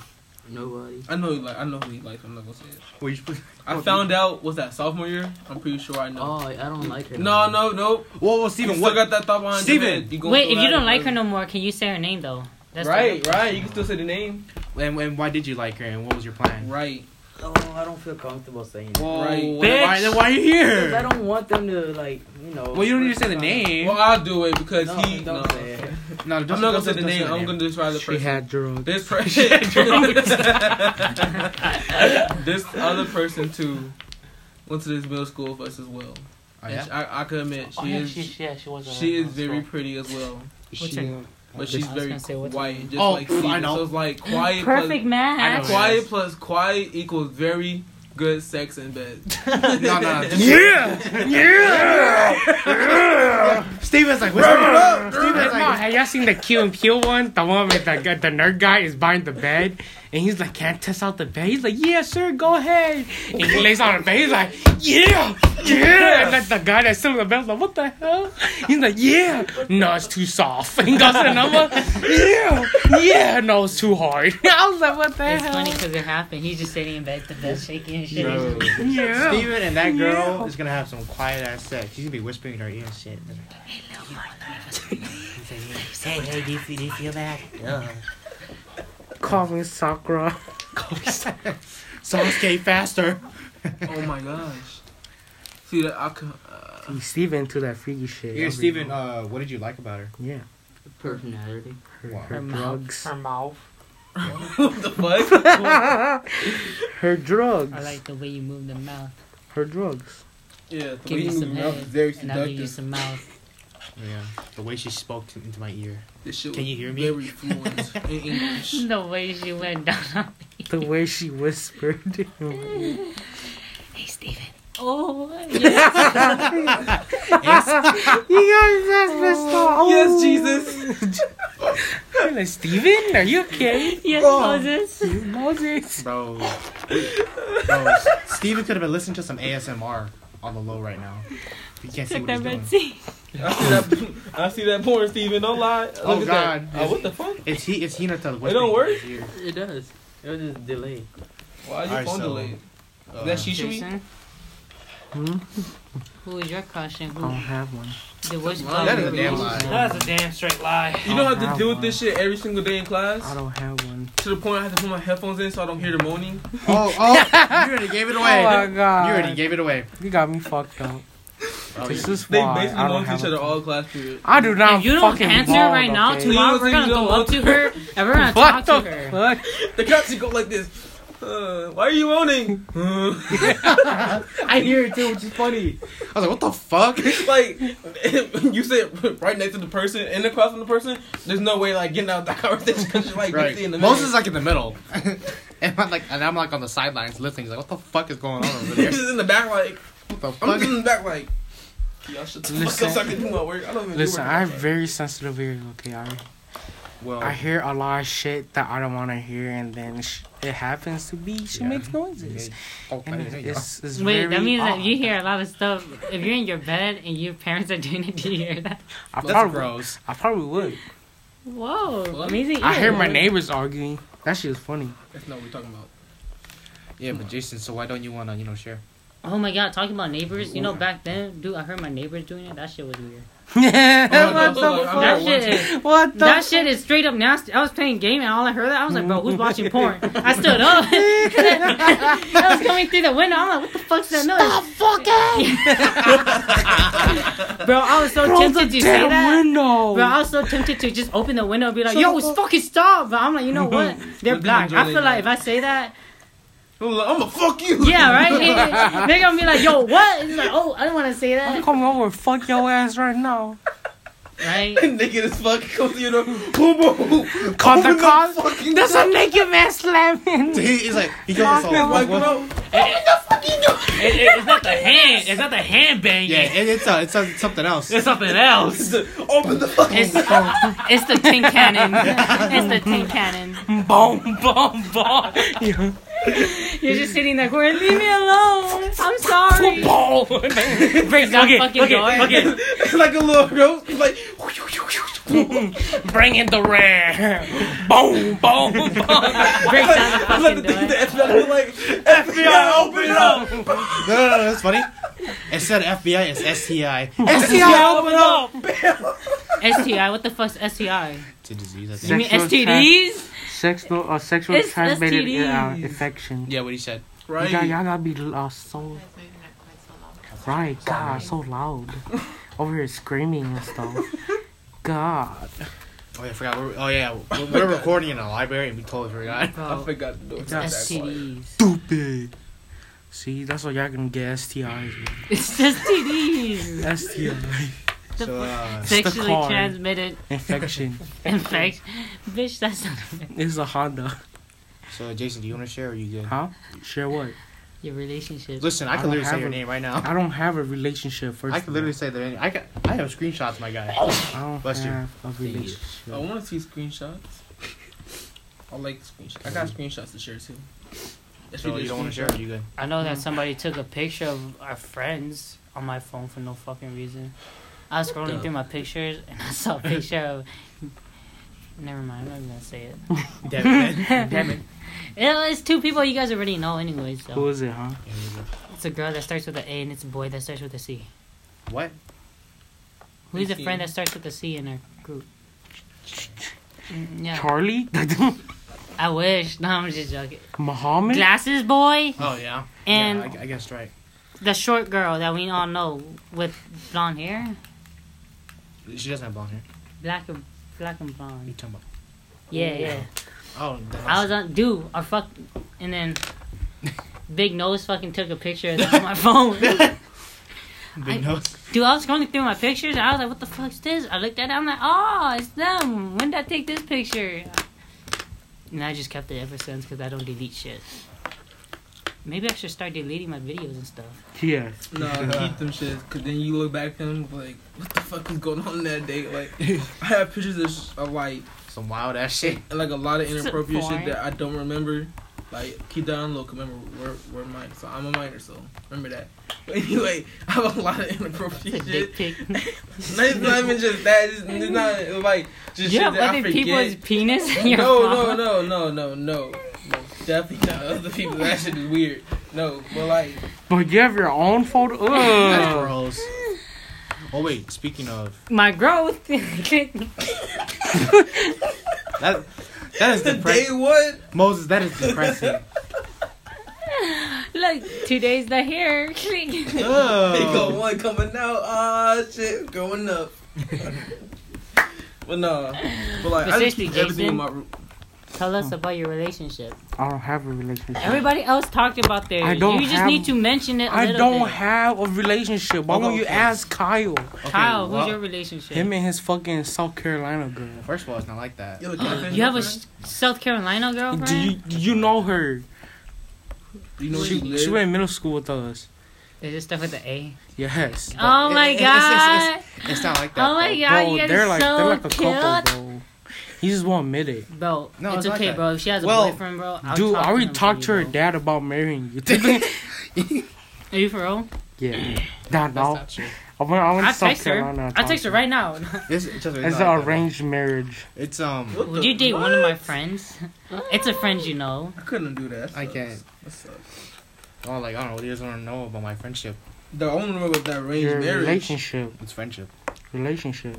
K: Nobody.
C: I know. Like I know who he likes. I'm not gonna say it.
E: Well, you should put-
C: I found out was that sophomore year. I'm pretty sure I
K: Oh,
C: know.
K: I I don't like her.
C: No, no, no.
E: Well, well,
C: You
E: Steven,
C: still
E: what?
C: got that thought behind your
E: Steven.
C: head. You gonna
G: Wait,
C: throw
G: if you
C: that
G: don't
C: at
G: like her no more, can you say her name though? the
C: Right,
G: other
C: right.
G: question.
C: You can still say the name.
E: And, and why did you like her? And what was your plan?
C: Right.
L: oh, I don't feel comfortable saying that.
C: Well,
M: Right.
C: then why, then why you
L: Because I
C: here?
L: don't want them to like, you know.
A: Well, you don't need to say the name.
C: Well, I'll do it because
L: No,
C: he.
L: don't
C: No.
L: say it.
E: No,
C: I'm not gonna say the name. I'm gonna describe the person.
E: drugs.
C: This person. this other person too went to this middle school with us as well.
E: Oh,
C: And
E: yeah?
C: she- I, I can admit she
A: oh, yeah,
C: is
A: she, yeah, she was. uh,
C: she is
A: uh,
C: very
A: so-
C: pretty as well,
A: What's her name?
C: but she's
G: I was
C: very
G: gonna say, what's her
C: quiet.
G: name?
C: Just
E: Oh,
C: like Steven.
E: I know.
C: So it's like quiet.
G: Perfect
C: Plus,
G: match.
C: quiet plus quiet equals very good sex in bed.
E: No, no, no.
A: Yeah, yeah.
E: Steven's like, what's up? Steven's
A: No,
E: like,
A: have y'all seen the Q and Peele one? The one with the gu- the nerd guy is buying the bed, and he's like, "Can't test out the bed." He's like, "Yeah, sure, go ahead." And he lays on the bed. He's like, "Yeah, yeah." And like the guy that's selling the bed's like, "What the hell?" He's like, "Yeah, no, it's too soft." And he goes to the number, "Yeah, yeah, no, it's too hard." I was like, "What the
G: It's
A: hell?"
G: funny because it happened. He's just sitting in bed, the bed shaking and shit.
E: Bro.
A: Yeah.
E: Steven and that girl
A: Yeah.
E: is gonna have some quiet ass sex. She's gonna be whispering in her ear and shit.
L: Hey, hey, do you, feel- do you feel that? Yeah.
A: Call me Sakura.
E: Sasuke faster.
C: oh my gosh. See that I can. Uh,
A: He's Steven to that freaky shit.
E: Yeah, Steven, uh, what did you like about her?
A: Yeah.
L: Personality.
A: Her,
E: Wow.
A: her drugs.
M: Her mouth.
C: what the fuck?
A: Her drugs.
G: I like the way you move the mouth.
A: her drugs.
C: yeah, the
G: Give
C: way
G: me
C: you
G: some
C: move your mouth is
G: head,
C: very
G: and I'll give you
C: seductive.
G: some mouth.
E: Yeah, the way she spoke to, into my ear.
C: This shit
E: Can
C: was
E: you hear me?
C: Very fluent in English.
G: The way she went down.
A: The way she whispered. It's-
G: Hey, Steven. Oh, yes.
A: you guys, that's messed up.
E: Oh.
C: Yes, Jesus.
A: I'm like, Steven, are you okay?
G: yes, Moses.
A: Moses.
E: Bro. Bro, Steven could have been listening to some ASMR on the low right now. You can't see
G: Took
E: what he's
G: that
E: doing.
G: Red Sea.
C: I see that. I see that porn, Steven. Don't lie. Look
E: Oh,
C: at that.
E: God.
C: Uh, what the fuck?
E: It's he. It's Hinata. whispering
C: don't
E: in
C: work?
E: his ear.
L: It does. It was just delayed.
C: Why is your
E: Alright,
C: phone
E: so,
C: delayed?
E: Uh,
C: That's you should
G: Jason,
A: Hmm?
G: who is your crush and
A: I don't
G: who?
A: have one.
G: The worst
C: That
G: part
E: is
G: of
E: a
G: your
E: damn lie.
G: relationship?
M: That's a damn straight lie.
C: You don't
A: I
C: have to
A: have
C: deal with this shit every single day in
A: I
C: class.
A: don't have one.
C: To the point I have to put my headphones in so I don't hear the moaning.
E: Oh, oh! You already gave it away.
A: Oh my
E: you
A: god.
E: already gave it away.
A: You got me fucked up. this is
C: They
A: why I
C: basically
A: don't
C: moan to
A: have
C: each
A: a-
C: other all class period.
A: I do not
G: If you don't
A: fucking
G: answer
A: bald,
G: right now,
A: okay?
G: tomorrow we're
C: Please,
G: gonna
C: you
G: go
C: don't
G: up to her and we're gonna talk
A: What the
G: to her.
A: fuck?
C: The cops go like this. Uh, why are you moaning? Uh,
E: I hear it too, which is funny. I was like, what the fuck?
C: like you sit right next to the person and across from the person. There's no way like getting out of that conversation because you're like
E: Right.
C: busy in the
E: Moses is
C: middle.
E: like in the middle, and I'm like, and I'm like on the sidelines listening. He's like, what the fuck is going on over there?
C: He's just in the back like
E: What the
C: I'm just
E: fuck?
C: in the back like. Y'all should the fuck
A: Listen.
C: up so I can do my work. I don't even
A: Listen,
C: do
A: I have very sensitive ears, okay? I,
E: Well,
A: I hear a lot of shit that I don't want to hear, and then sh- it happens to be she
E: Yeah.
A: makes noises.
E: oh,
A: And
E: there
A: it's,
E: you go.
A: it's, it's
G: Wait,
A: very
G: that means that
A: odd.
G: you hear a lot of stuff. If you're in your bed and your parents are doing it, do you hear that?
A: I
E: that's
A: probably,
E: gross.
A: I probably would.
G: Whoa, amazing.
A: I hear my
G: ears.
A: neighbors arguing. That shit is funny.
C: That's not what we're talking about.
E: Yeah, but Jason, so why don't you wanna, you know, share?
G: Oh my god, talking about neighbors, you know, back then, dude, I heard my neighbors doing it. That shit was weird.
A: what
C: no, no,
A: the
C: no,
A: fuck?
G: That
C: no.
G: shit is.
A: What the
G: That shit is straight up nasty. I was playing game and all I heard that I was like, bro, who's watching porn? I stood up. I was coming through the window. I'm like, what the fuck's that noise? Stop fucking! bro, I was so
A: Close the
G: tempted to say
A: damn
G: that.
A: window.
G: Bro, I was so tempted to just open the window and be like, yo, it's fucking stop. But I'm like, you know what? They're
C: But then
G: black.
C: enjoy
G: I feel
C: their
G: like if I say that,
C: I'm like, I'ma fuck you.
G: yeah, right? They're gonna be like, yo, what? It's like, oh, I don't wanna say
A: I'm
G: that.
A: coming over and fuck your ass right now.
G: Right?
C: Naked as fuck comes to you know, boom, boom, boom.
A: Call
C: Open
A: the cops.
C: fucking
A: There's a naked man slamming.
E: He's like, he goes, so,
C: door. Like,
E: what-
C: bro,
M: It, it, it's not the hand. It's not the hand banging.
E: yeah, it, it's uh, it's uh, something else.
M: It's something else.
C: open the fucking
G: It's, it's the tin cannon. It's the tin cannon.
A: boom, boom, boom. Yeah.
G: You're just sitting there going, leave me alone. I'm sorry.
A: Boom.
G: Breaks down fucking door.
C: It's like a little girl. It's like,
A: Bring in the rare. Boom, boom, boom.
G: Breaks down the
C: I like
G: fucking
C: the thing
G: door.
C: that FBI like, FBI, open up.
E: No, no, no, that's funny. Instead of FBI, it's STI.
A: STI, open up.
G: STI, what the fuck's STI?
E: It's a disease, I
G: You mean
E: think.
A: Sexual
G: STDs?
A: Sexual, uh, sexual
G: It's
A: transmitted uh,
G: STDs.
A: infection.
E: Yeah, what he said.
A: Right.
C: Right.
A: Y'all, y'all gotta be uh, so right. God, so loud. Over here screaming and stuff. God.
E: Oh yeah, I forgot. We're, oh yeah, we're- we're recording in a library, and we totally forgot.
C: I
F: About
C: forgot to do it.
F: STDs.
A: Stupid. See, that's what y'all gonna get STIs.
F: It's STDs.
A: STI.
E: So uh,
F: Sexually
A: car.
F: transmitted
A: Infection.
F: infection. Bitch, that's not a-
A: It's a Honda.
E: so Jason, do you want to share? Or you good?
A: Huh? Share what?
F: your relationship.
E: Listen, I
A: I
E: can
A: don't
E: literally
A: have
E: say your
A: a-
E: name right now.
A: I don't have a relationship. First,
E: I can literally say their name. I can, I have screenshots, my guy.
A: I don't
E: Bless you.
A: have a relationship.
C: I want to see screenshots. I like screenshots. I got screenshots to share too. If
E: So
C: do
E: you don't want to share?
C: screenshots-
E: Or you good?
G: I know that somebody took a picture of our friends on my phone for no fucking reason. I was scrolling through my pictures and I saw a picture of. Never mind, I'm not even gonna say it.
F: It- It's two people you guys already know, anyway.
A: Who
F: So
A: is it, huh?
E: Yeah, you good.
G: It's a girl that starts with an A and it's a boy that starts with a C.
E: What?
G: Who's the friend that starts with a C in our group? Mm, Yeah,
A: Charlie?
G: I wish. No, I'm just joking.
A: Muhammad?
G: Glasses boy
E: Oh yeah.
G: and
E: yeah, I, I guess right.
G: the short girl that we all know with blonde hair,
E: She doesn't have blonde hair.
G: black and black and
E: What are you
G: blonde.
E: talking
G: Yeah, yeah.
E: about? Oh,
G: I was on dude, I fuck, and then Big Nose fucking took a picture of that on my phone.
E: big nose.
G: Dude, I was scrolling through my pictures. I was like, "What the fuck's this?" I looked at it. I'm like, "Oh, it's them." When did I take this picture? And I just kept it ever since because I don't delete shit. Maybe I should start deleting my videos and stuff.
A: Yeah.
C: No, keep them shits, cause then you look back at them like, what the fuck was going on that day? Like, I have pictures of, sh- of like,
E: Some wild ass shit.
C: like a lot of
G: Is it
C: inappropriate shit
G: porn?
C: that I don't remember. Like, keep that on low, 'cause remember we're we're minor, so I'm a minor, so remember that. But anyway, I have a lot of
G: It's
C: inappropriate
G: a
C: shit.
G: dick pic.
C: No, it's not even just that. It's, it's not like just
G: you
C: shit
G: have
C: that I
G: other
C: forget.
G: people's penis in your
C: no,
G: phone?
C: no, no, no, no, no, no. Definitely not other people. That shit is weird. No, but like,
A: But you have your own photo.
E: That's
G: Mm.
A: Ugh.
E: gross. Oh wait, speaking of
G: My growth.
E: that, that is
C: the day
E: depressing.
C: one.
E: Moses, that is depressing.
G: Look, two days the hair.
C: They got
E: Ugh.
C: one coming out. Ah, shit, going up. but no, but like,
G: But
C: I just
G: seriously,
C: keep everything
G: Jason.
C: in my room.
G: Tell
A: Oh.
G: us about your relationship.
A: I don't have a relationship.
G: Everybody else talked about theirs.
A: I don't
G: you just
A: have-
G: need to mention it. I
A: I don't have a relationship. Why
E: Okay,
A: won't you
E: okay.
A: ask Kyle?
E: Okay,
G: Kyle,
E: well,
G: who's your relationship?
A: Him and his fucking South Carolina girl.
E: First of all, it's not like that.
C: Yo, can I finish
G: you have
C: my
G: a
C: friend?
G: sh- South Carolina girlfriend?
A: Do you do you know her?
C: You know where
A: She
C: you
A: she
C: live?
A: went to middle school with us.
G: Is it stuff with the A?
A: Yes.
G: Oh
E: it-
G: my
E: it- it's-
G: god!
E: it's- It's not like that.
G: oh my
E: bro.
G: god!
A: bro,
G: you guys
A: they're
G: are
A: like
G: so
A: they're like a
G: cute,
A: couple, bro. He just won't admit it.
G: bro.
E: No,
G: it's,
E: it's not
G: okay,
E: that.
G: bro. If she has a
E: Well,
G: boyfriend, bro. I'll
A: Dude,
G: talk
A: I already
G: him for
A: talked to
G: you,
A: her
G: bro.
A: dad about marrying you.
G: Are you for real?
A: yeah. Nah,
G: That's
A: no.
G: not true.
A: I went, I went
G: I
A: to South
G: text her.
A: Carolina.
G: I text her right now.
E: It's, it's,
A: It's
E: just- it's not
A: an
E: like that.
A: arranged marriage.
E: It's um.
C: What
G: Would
C: the-
G: you date one of my friends? It's a friend you know.
C: I couldn't do that.
E: I
C: That
E: can't.
C: sucks. That sucks.
E: Oh, like I don't know. What do you guys want to know about my friendship?
C: The only one with that range
A: Your
C: marriage.
A: relationship.
E: It's friendship.
A: Relationship.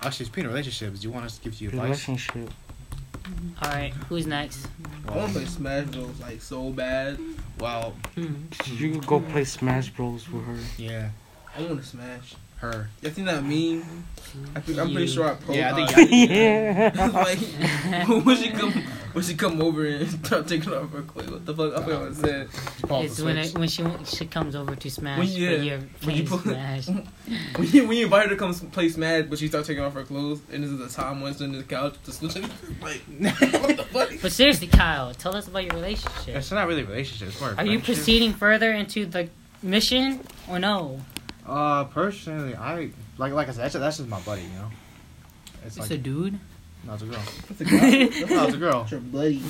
E: Actually, speaking of relationships, do you want us to give you advice?
A: Relationship.
G: All right, who's next?
C: I want to play Smash Bros. like so bad.
E: Well,
A: You could go play Smash Bros with her.
E: yeah,
C: I want to smash.
E: her.
C: You seen that meme? I think, I'm pretty sure I profiled.
E: Yeah, I think-
A: yeah.
C: like, when she come, when she come over and start taking off her clothes, what the fuck? I forgot what I said.
E: Paul
G: it's
E: the
G: when I,
E: Switch.
G: when she she comes over to smash.
C: When- yeah.
G: but you're
C: When you
G: playing
C: pull-
G: smash.
C: When you, when you invite her to come s- play Smash, but she start taking off her clothes, and this is the time when it's on the couch to switch. it, Like, what the fuck?
G: But seriously, Kyle, tell us about your relationship.
E: It's not really a relationship. It's more. a
G: Are you
E: friendship.
G: proceeding further into the mission or no?
E: Uh, personally, I like like I said, that's, that's just my buddy, you know.
G: It's
E: It's like
G: a dude.
E: no, it's a girl.
C: That's a guy.
E: No, it's a girl.
C: That's your buddy.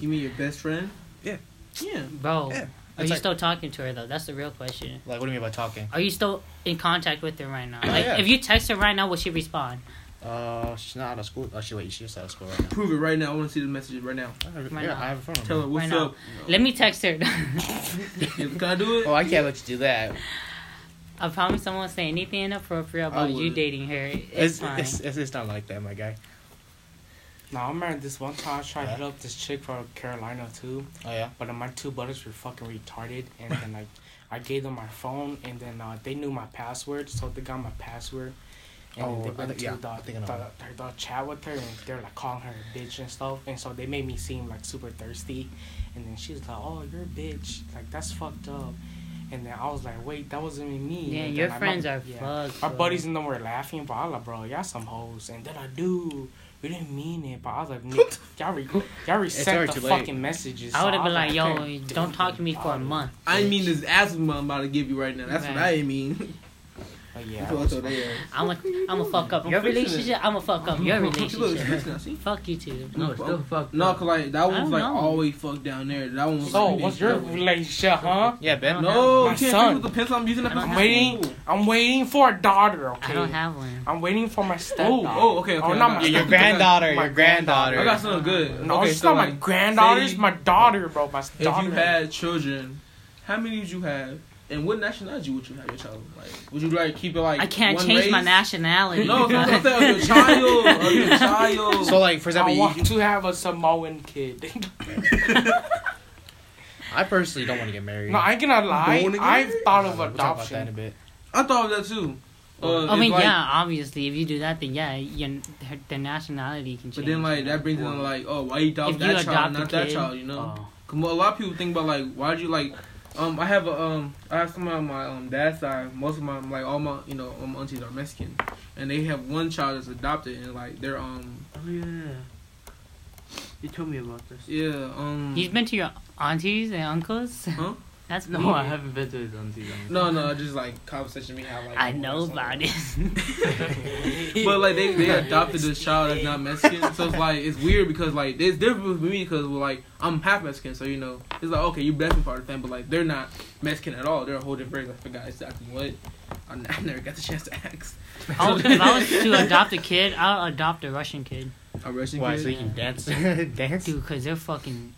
C: You mean your best friend?
E: Yeah.
C: Yeah.
G: Bro, are
E: Yeah, it's
G: you
E: like-
G: still talking to her though? That's the real question.
E: Like, what do you mean by talking?
G: Are you still in contact with her right now? Like,
E: yeah.
G: if you text her right now, will she respond?
E: Uh, she's not out of school. Oh, she wait, she's out of school right now.
C: Prove it right now. I want to see the messages right now.
E: I have,
G: Why
E: yeah,
G: not?
E: I have a phone number.
C: Tell her what's
G: Right now.
C: up.
G: Let me text her.
C: Can I do it?
E: Oh, I can't let you do that.
G: I promise I won't say anything inappropriate
C: I
G: about you
C: would.
G: dating her. It's,
E: It's
G: fine.
E: it's, it's it's not like that, my guy.
A: Now I remember this one time I was trying to hit up this chick from Carolina too,
N: Oh yeah.
A: but my two brothers were fucking retarded, and then like I gave them my phone, and then uh, they knew my password, so they got my password, and
N: Oh,
A: they
N: I
A: went
N: think-
A: to
N: yeah,
A: the,
N: I think I
A: the,
N: know.
A: the, the chat with her, and they're like calling her a bitch and stuff, and so they made me seem like super thirsty, and then she was like, "Oh, you're a bitch, like that's fucked up," and then I was like, "Wait, that wasn't even me."
G: Yeah,
A: And
G: your
A: then, like, my-
G: friends are
A: yeah.
G: fucked.
A: My
G: bro.
A: buddies and them were laughing, but I was like, bro, y'all some hoes. And then I do. We didn't mean it, but I was like, Nick, y'all, re- y'all reset
N: already
A: the
N: too late.
A: fucking messages.
G: I would have
A: So
G: been
A: I
G: like,
A: was
G: yo,
A: okay.
G: don't talk to me for a month.
C: I ain't mean this ass what I'm about to give you right now. That's what I ain't mean.
A: But
C: Yeah,
A: yeah, I
C: I
A: was-
C: so there.
G: I'm a, I'm a fuck up your
C: fixing it.
G: relationship. I'm a fuck up your relationship. Fuck you two.
D: No, it's still fucked
C: No,
D: up.
C: cause like that
G: I
C: one
G: don't
C: was like
G: know.
C: always fucked down there. That one was
A: so
C: like,
A: what's your relationship, huh?
N: Yeah, Ben.
C: No,
A: My
C: you can't
A: son.
C: use the pencil. I'm using the
G: I don't
A: I'm
C: pencil.
A: waiting. I'm waiting for a daughter. Okay.
G: I don't have one.
A: I'm waiting for my
C: Oh,
A: stepdaughter.
C: oh, okay, okay.
A: Oh, not
C: I got
A: my-
N: Yeah, your
C: something.
N: granddaughter.
A: My
N: Your granddaughter.
C: I got something good.
A: No,
C: okay,
A: it's
C: so
A: not my
C: like,
A: granddaughter's
C: say-
A: my daughter, bro. My
C: if
A: daughter.
C: you had children, how many would you have, and what nationality would you have your child? Like, would you like keep it like?
G: I can't
C: one
G: change my
C: race?
G: nationality.
C: No, no, no, no, your child, or your child.
N: So like for
A: I
N: example, you,
A: want to have a Samoan kid.
N: I personally don't want to get married.
A: no, I cannot lie.
C: Born again?
A: I've thought of
N: We'll talk about that in a
A: adoption.
N: bit.
C: I thought of that too. Uh,
G: I
C: it's
G: mean,
C: like-
G: yeah, obviously, if you do that, then yeah, your their, their nationality can change.
C: But then like that brings in like, oh, why you adopt
G: If you
C: that
G: adopt
C: child,
G: a
C: not that
G: kid-
C: child? You know.
G: Oh.
C: Come on, A lot of people think about like why'd you like um I have a um I have some on my um dad's side most of my like all my you know all my aunties are Mexican and they have one child that's adopted and like they're um
D: Oh, yeah. You told me about this.
C: yeah um
G: You've been to your aunties and uncles?
C: Huh?
G: That's
D: No,
G: weird.
D: I haven't been to his auntie.
C: no no just like conversation we have like
G: I know about it.
C: but like they, they adopted this child that's not Mexican so it's like it's weird because like it's different with me because well, like I'm half Mexican so you know it's like okay you're Mexican part of the family but like they're not Mexican at all they're a whole different race I forgot exactly what I, I never got the chance to ask
G: I would- Oh, if I was to adopt a kid, I'll adopt a Russian kid.
C: a Russian
N: Why?
C: kid?
N: So you can dance, dance.
G: Dude, because they're fucking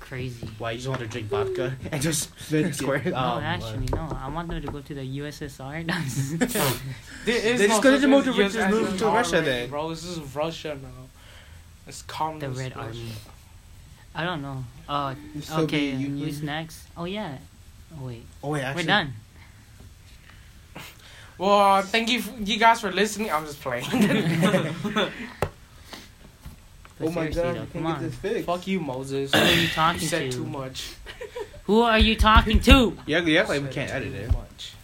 G: crazy.
N: Why you just want to drink vodka and just square? Oh,
G: no, actually, no. I want them to go to the USSR.
A: There is
N: They
A: no
N: just couldn't
A: such
N: remove
A: thing
N: the
A: as
N: riches,
A: US
N: move
A: as
N: to
A: an
N: Russia
A: army,
N: then.
A: Bro, this is Russia now. It's
G: the
A: communist.
G: Red
A: Russia.
G: Army. I don't know. Uh,
C: The Soviet
G: okay,
C: Union.
G: who's next? Oh, yeah. Oh, wait.
N: Oh wait, actually,
G: We're done.
A: Well, uh, thank you, f- you guys for listening. I'm just playing.
G: But seriously, though,
C: Oh we
G: come on.
C: fixed.
A: Fuck you, Moses.
G: Who are you
A: you
G: talking
A: said
G: to?
A: too much.
G: Who are you talking to?
N: Yeah, you act like we can't edit it.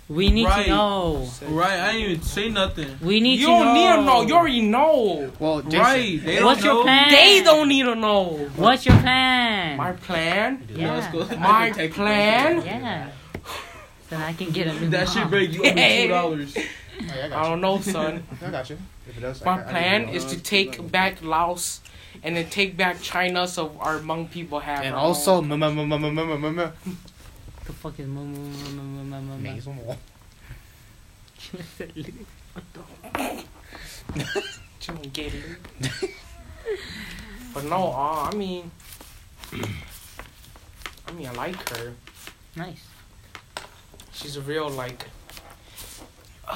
G: We need
C: Right.
G: to know.
C: Right, I didn't even say nothing.
G: We need
A: You
G: to know.
A: don't need to know. You already know.
N: Well, Jason,
C: Right, they don't
G: What's
C: know.
G: your plan?
A: They don't need to know.
G: What's your plan?
A: My plan.
C: No, it's
G: Yeah.
C: cool.
A: My
C: I can take
A: plan.
G: Yeah. Then I can get a new
C: That shit
G: mom.
C: break you up
A: Yeah.
C: two dollars.
N: Oh, yeah, I
A: I
N: got
A: don't know, son.
N: you. I got you. If it does, I
A: My
N: got- I
A: plan
N: got you.
A: is to take back Laos and then take back China so our Hmong people have.
N: And
A: our
N: also,
A: own.
N: ma ma ma ma ma ma ma ma.
G: What the fuck is mo- mo- mo- mo- mo- mo- mo- mo-
N: Nasal wall.
A: You don't get it. but no, uh, I mean, I mean, I like her.
G: Nice.
A: She's a real like.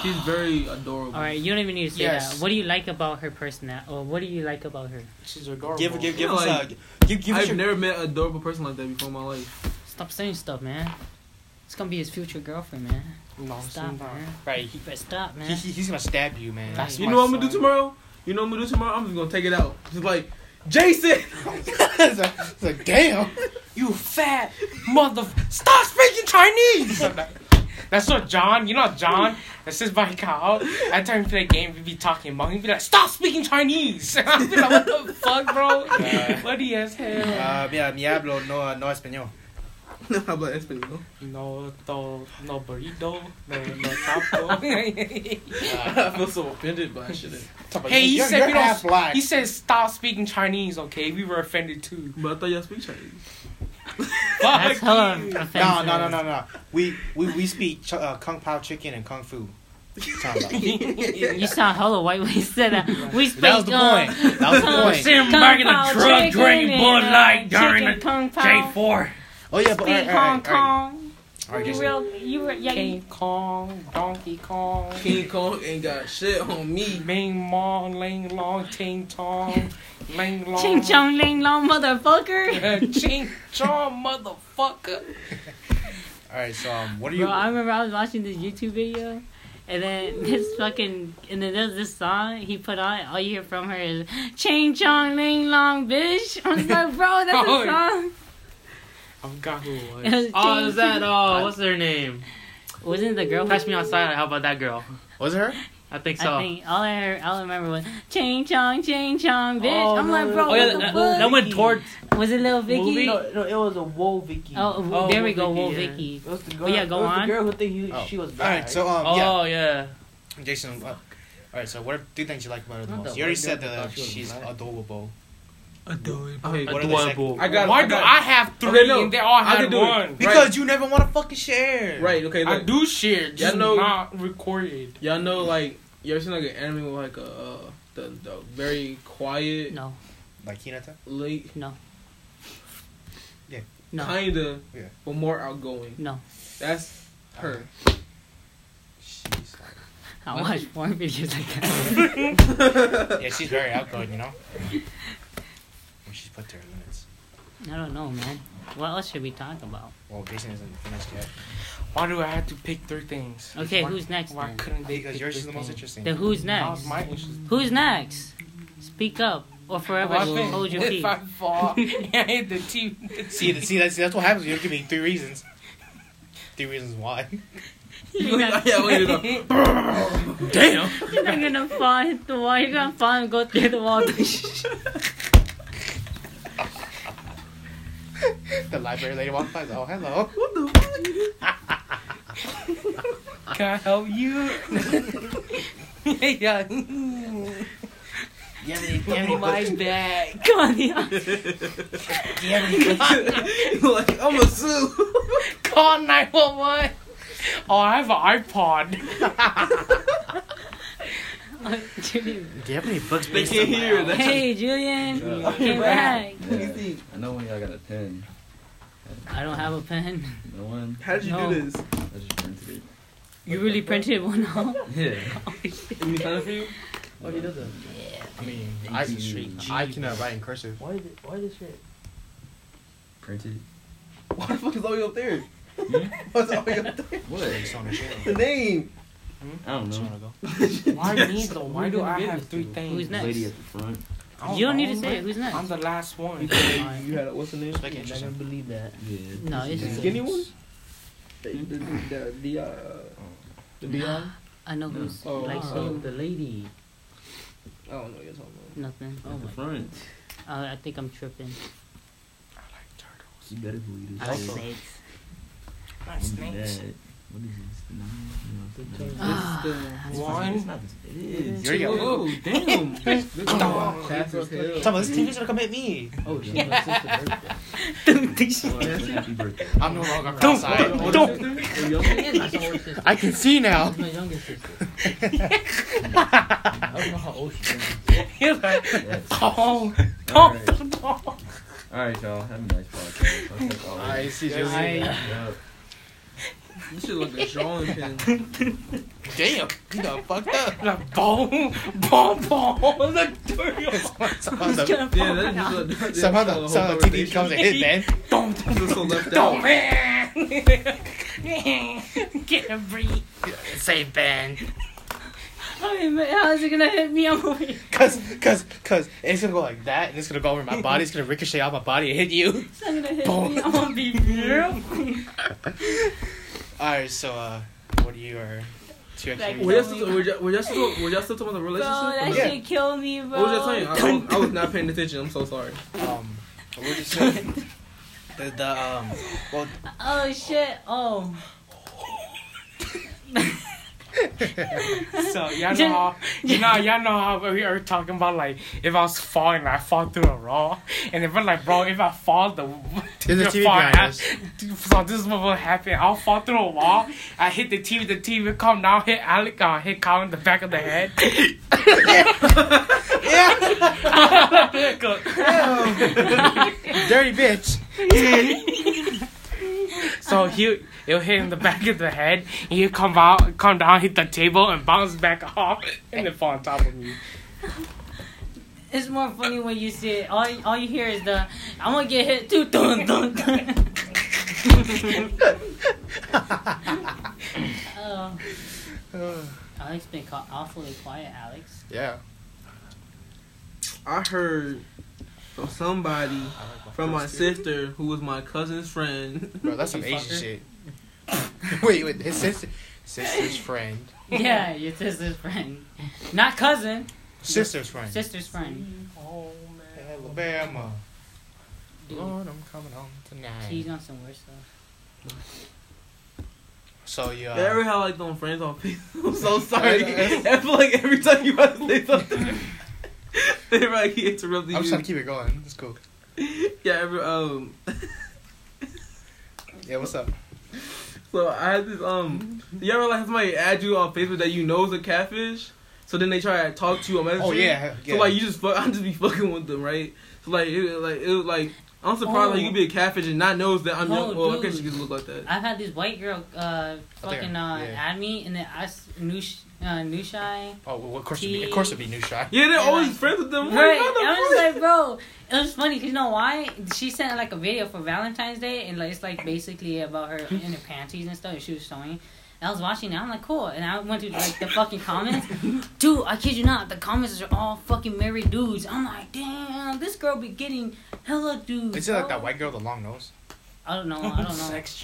C: She's very adorable.
G: All right, you don't even need to say
A: Yes.
G: that. What do you like about her personality? Or what do you like about her?
A: She's adorable.
N: Give give give
C: Yeah,
N: us
C: like,
N: a give give us
C: I've
N: your.
C: never met an adorable person like that before in my life.
G: Stop saying stuff, man. It's gonna be his future girlfriend, man.
A: No, she's
G: Stop,
A: not.
G: man.
N: Right, he,
G: You better stop,
N: he,
G: man.
N: he- he's gonna stab you, man.
A: That's
C: You
A: my
C: know what I'm gonna do
A: son.
C: tomorrow? You know what I'm gonna do tomorrow? I'm just gonna take it out. Just like, Jason!
N: it's, like, it's like damn.
A: You fat mother! Stop speaking Chinese. That's what John. You know John. That sits by Kyle. Every time we play a game, we be talking about. He be like, "Stop speaking Chinese." I be like, "What the fuck, bro?
N: Yeah.
A: Bloody as hell."
N: Uh, mira, mi hablo no no español.
C: I'm like, Espanol.
A: No, no, no burrito. No, no taco.
C: I feel so offended, but I shouldn't.
A: Hey, he
N: You're-
A: said
N: you're
A: we don't-
N: half black.
A: He said, "Stop speaking Chinese." Okay, we were offended too.
C: But I thought y'all speak Chinese.
G: That's hella offensive.
N: No, no, no, no, no. We we we speak ch- uh, kung pao chicken and kung fu. Talking about-
G: You sound hella white when you said that. We speak.
N: That was the
G: uh,
N: point. That was the
G: Kung-
N: point.
G: Kung Pao chicken and, uh, chicken Kung Pao.
N: Oh yeah, but all right, all right, all right.
G: Kong.
E: All right,
O: You
E: Jason.
O: real, you were, yeah, you,
A: King Kong, Donkey Kong,
C: King Kong ain't got shit on me.
A: Ming Mong, Ling Long, Ting Tong, Ling Long.
G: Ching chong ling long motherfucker.
A: Ching Chong, motherfucker.
E: All right, so um, what are you?
G: Bro, I remember I was watching this YouTube video, and then this fucking, and then there's this song he put on. All you hear from her is "Ching Chong Ling Long Bitch." I was like, bro, that's
A: Oh,
G: a song.
A: I forgot who it was.
G: It was
P: Oh,
G: Ching-
P: is that uh, what's her name?
G: Wasn't it the girl?
P: Pass me outside. How about that girl?
E: was it her?
P: I think so.
G: I think all I heard, all I remember was "Ching Chong Ching Chong Bitch."
Q: Oh,
G: I'm
Q: no,
G: like,
Q: no,
G: bro,
Q: no.
P: oh yeah,
G: what
P: that,
G: the fuck?
P: that went towards.
G: was it Lil Vicky?
P: Movie?
Q: No, no, it was a Woe Vicky.
G: Oh,
P: Oh,
G: there
P: Lil
G: we go,
P: Vicky,
G: Wolf
P: yeah.
G: Vicky.
Q: It was the
G: Oh,
Q: girl,
G: yeah, go
Q: it was
G: on.
Q: The girl who think he,
E: Oh.
Q: she was
E: All
Q: bad.
E: right, so um, yeah,
P: Oh yeah.
E: Jason. Uh, all right, so what are three things you like about her the
Q: Not
E: most?
Q: the
E: You already
Q: one
E: said
Q: girl
E: that uh,
Q: that thought she was
E: she's
Q: black.
E: adorable.
C: Okay,
E: What are the sec-
P: Adorable.
C: I got.
A: Why
C: I
A: do
C: got-
A: I have three
C: Okay, no,
A: and they all
C: I
A: had
C: can do it.
A: one?
E: Because you never want to fucking share.
C: Right. Okay.
A: I
C: Look.
A: do shit, just
C: know-
A: not recorded.
C: Y'all know like you ever seen like an anime with like a uh, the, the very quiet
G: No,
E: Like Hinata.
C: late
G: no,
C: kinda
E: Yeah.
C: but more outgoing.
G: no.
C: That's her.
E: She's
G: I watch porn videos like that.
E: like, yeah, she's very outgoing, you know. When she's put to her limits.
G: I don't know, man. What else should we talk about?
E: Well, Jason isn't finished yet.
A: Why do I have to pick three things?
G: Okay,
A: Why-
G: who's next
A: Why
G: then?
A: couldn't they?
E: Because
A: pick
E: yours
A: three
E: is the most
A: things?
E: interesting.
G: Then who's
A: That was
G: next?
A: my interest.
G: Who's next? Speak up or forever
A: Well, I think
G: hold your
A: if
G: peace.
A: I fall, I hit the teeth.
E: See, th- see, that's, that's what happens. You're giving three reasons. Three reasons why.
G: You're not,
C: yeah. Wait. No.
A: Damn.
G: you're not gonna fall and hit the wall. You're gonna fall and go through the wall.
E: The library lady walked by. Oh, hello.
A: Can I help you? yeah. mm,
E: You have any, you have any
A: My
E: books?
A: back.
G: Come on, Leon.
E: Do you have any books?
C: like I'm a sue.
A: Call 911. Oh, I have an iPod.
G: Julian.
E: Do you have any books?
C: They can't hear that.
G: Hey, Julian.
H: Yeah.
G: Came back.
H: I know when y'all got a pen.
G: I don't have a pen.
H: No one.
C: How did you
G: No.
C: do this?
H: I just printed
G: You really printed one out?
H: it. Yeah.
C: Let me sign it for you.
Q: Why he does that?
E: I mean, I, I can uh, write in cursive.
Q: Why is it? Why this shit?
H: Printed.
C: Why the fuck is Oyo up there? What's Oyo up there?
H: What? I
E: It's on the
C: The
E: channel.
C: name.
H: don't
E: It's
H: know.
E: on the go.
A: Why me though? Why do I have three things?
G: Who's next?
H: Lady at the front.
G: You don't need to say it. Who's next?
A: I'm the last one.
C: You had a, what's the name?
E: Make it
Q: I'm not
E: interesting.
Q: gonna believe that.
H: Yeah.
G: No, it's
C: The
H: Yeah.
C: skinny one. The the the the, uh, the Beyond.
G: I know who's
C: Oh,
G: like
C: oh.
Q: Oh, the lady.
C: I don't know what you're talking about.
G: nothing.
H: At the front.
G: Uh, Oh I think I'm tripping.
H: You better believe
G: I like
H: this.
G: snakes.
A: Not snakes.
H: That. What is this? Nine? No,
G: Ah,
H: it's
A: One.
H: not this. It is.
E: Here you go.
C: Oh damn! Fast as hell.
E: Tom, this TV's gonna come hit me.
Q: Oh, she's my sister's birthday.
H: Oh, Well, happy birthday.
E: I'm no longer
A: Don't,
E: outside.
A: don't.
Q: Her younger- yeah, that's my older sister.
E: I can see now.
Q: That's my younger sister. I don't know how old she is.
A: You're like,
H: Yes.
A: oh,
H: All
A: don't,
H: right.
A: don't.
H: All right, y'all. Have a nice podcast. I'll take all
E: I
H: this.
E: see Josie.
H: Yup.
C: You should look at drawing pen.
E: Damn, you got fucked up.
A: Like, boom, boom, boom. Look through your
E: Somehow the,
C: Yeah, that's just a, that's
E: somehow
C: a whole
E: the, somehow the
C: conversation.
E: TV comes and hit, man.
A: Don't,
C: That's so left
A: don't,
C: out.
A: man. Get a breathe.
E: Same band.
G: I mean, but how is it gonna hit me? I'm over here.
E: Cause, cause, cause it's gonna go like that, and it's gonna go over my body. It's gonna ricochet out my body and hit you.
G: It's not gonna hit me. I'm gonna be real.
E: All right, so uh, what are your two
G: Like-
C: Were y'all
E: activities?
C: still, were y'all, were y'all still, were y'all still talking about the
G: Bro, that
C: relationship?
E: Yeah.
G: shit killed me, bro.
C: Or no? What was I telling you? I, I was not paying attention. I'm so sorry.
E: Um, what were you saying? the, the um, well,
G: Oh shit! Oh,
A: So y'all know how you know y'all know how we were talking about like if I was falling I fall through a rock and if I'm like bro if I fall the
E: There's a
A: the
E: TV
A: fall,
E: behind
A: I-
E: us.
A: so this is what will happen I'll fall through a wall I hit the TV the TV will come down hit Alec uh, hit Colin in the back of the head yeah
E: dirty bitch.
A: so So he it'll hit him the back of the head, and he'll come out, come down, hit the table, and bounce back off, and then fall on top of me.
G: It's more funny when you see it. All, all you hear is the I'm gonna get hit too. Dun, dun, dun. oh. Alex been caught awfully quiet, Alex.
E: Yeah.
C: I heard from somebody, from my sister, who was my cousin's friend.
E: Bro, that's some
G: You
E: Asian
G: fucker.
E: shit. wait, wait, his sister, sister's friend,
G: Yeah, your sister's friend. Not cousin,
E: sister's friend.
G: sister's friend.
A: Oh,
E: Alabama.
G: Dude,
E: Lord, I'm coming home
G: she's
E: tonight.
G: on some worse stuff.
E: So yeah.
C: That Every how I like throwing friends off people. I'm so sorry. I feel like every time you guys say something, they like interrupting
E: I'm just trying
C: you.
E: to keep it going. It's cool.
C: Yeah, every um.
E: Yeah, what's up?
C: So I had this um. You ever like somebody add you on Facebook that you know is a catfish? So then they try to talk to you on Messenger.
E: Oh yeah, yeah.
C: So like you just fuck, I'm just be fucking with them, right? So like it was like it was like I'm surprised like you
G: Oh.
C: could be a catfish and not knows that I'm
G: Oh,
C: young. Well, I
G: dude.
C: guess you could look like that.
G: I've had this white girl uh,
E: Out there,
G: fucking uh,
E: yeah.
G: add me, and then I s- new sh- uh, new shy.
E: Oh, well, of course, it'd be, of course, it'd be new shot.
C: Yeah, they're
G: Yeah.
C: always friends with them.
G: Right.
C: What Oh the
G: I was
C: fuck?
G: like, bro, it was funny. 'cause you know why? She sent like a video for Valentine's Day, and like it's like basically about her in her panties and stuff. And she was showing. And I was watching it. I'm like, cool. And I went to like the fucking comments. Dude, I kid you not. The comments are all fucking married dudes. I'm like, damn, this girl be getting hella dudes.
E: Is it like
G: bro.
E: that white girl with the long nose?
G: I don't know. I don't know. Sex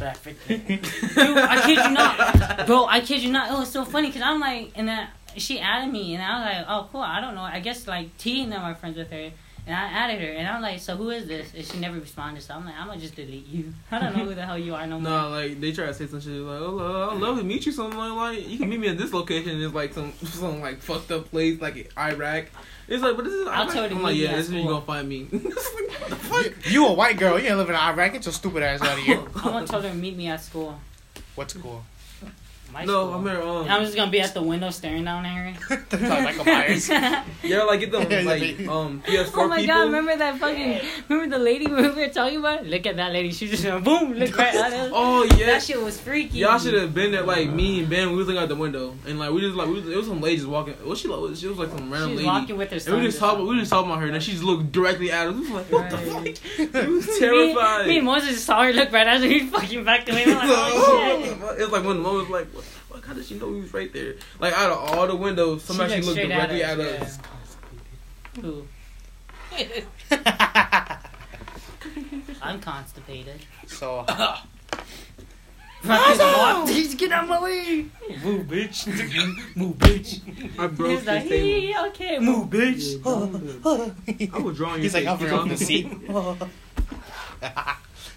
G: trafficking. Dude, I kid you not, bro. I kid you not. It was so funny because I'm like, and then she added me, and I was like, oh cool. I don't know. I guess like T and them are friends with her, and I added her, and I'm like, so who is this? And she never responded. So I'm like, I'm gonna just delete you. I don't know who the hell you are no more.
C: Nah, like they try to say some shit like, "Oh, uh, I'd love to meet you somewhere. Like, you can meet me at this location." And it's like some some like fucked up place, like Iraq. It's like, but this is
G: I'll
C: Iraq.
G: tell you to
C: I'm like,
G: meet me
C: yeah,
G: at
C: this is where you
G: school.
C: gonna find me.
E: You, you a white girl? You ain't living in Iraq. Get your stupid ass out of here.
G: I want to tell her to meet me at school.
E: What's cool?
G: My
C: no,
G: school.
C: I'm here. Um,
G: And I'm just gonna be at the window staring down at her. Oh
E: That's not Michael Myers.
C: yeah, like get them
E: Yeah,
C: like
E: yeah.
C: um PS4
G: Oh my
C: people.
G: god, remember that fucking remember the lady we were talking about? Look at that lady, she just went boom, look right at us.
C: Oh yeah.
G: That shit was freaky.
C: Y'all should have been there, like me and Ben. We was looking out the window, and like we just like we was, it was some lady just walking. What she like? She was like some
G: She
C: random
G: was
C: lady.
G: walking with her
C: and
G: son.
C: we just
G: or
C: talked. We just talking about her, and then she just looked directly at us. We was like, what the fuck?
G: Right.
C: We was
G: something.
C: terrified.
G: Me, me and Moses just saw her look right at us and he fucking backed away. We're like, oh, shit.
C: It's like when the mom was like, what, what, how did she know we was right there? Like out of all the windows, somebody she
G: She
C: looked
G: looked straight at
C: directly
G: us,
C: at us.
G: Who? I'm constipated.
E: so
G: Please get out of my way.
A: Move, bitch.
C: I broke
G: He's
C: this
G: like,
C: table.
G: hey, okay, move, bitch.
C: I was drawing your
E: he's like
C: face,
E: hovering
C: you
E: over
C: know?
E: the seat.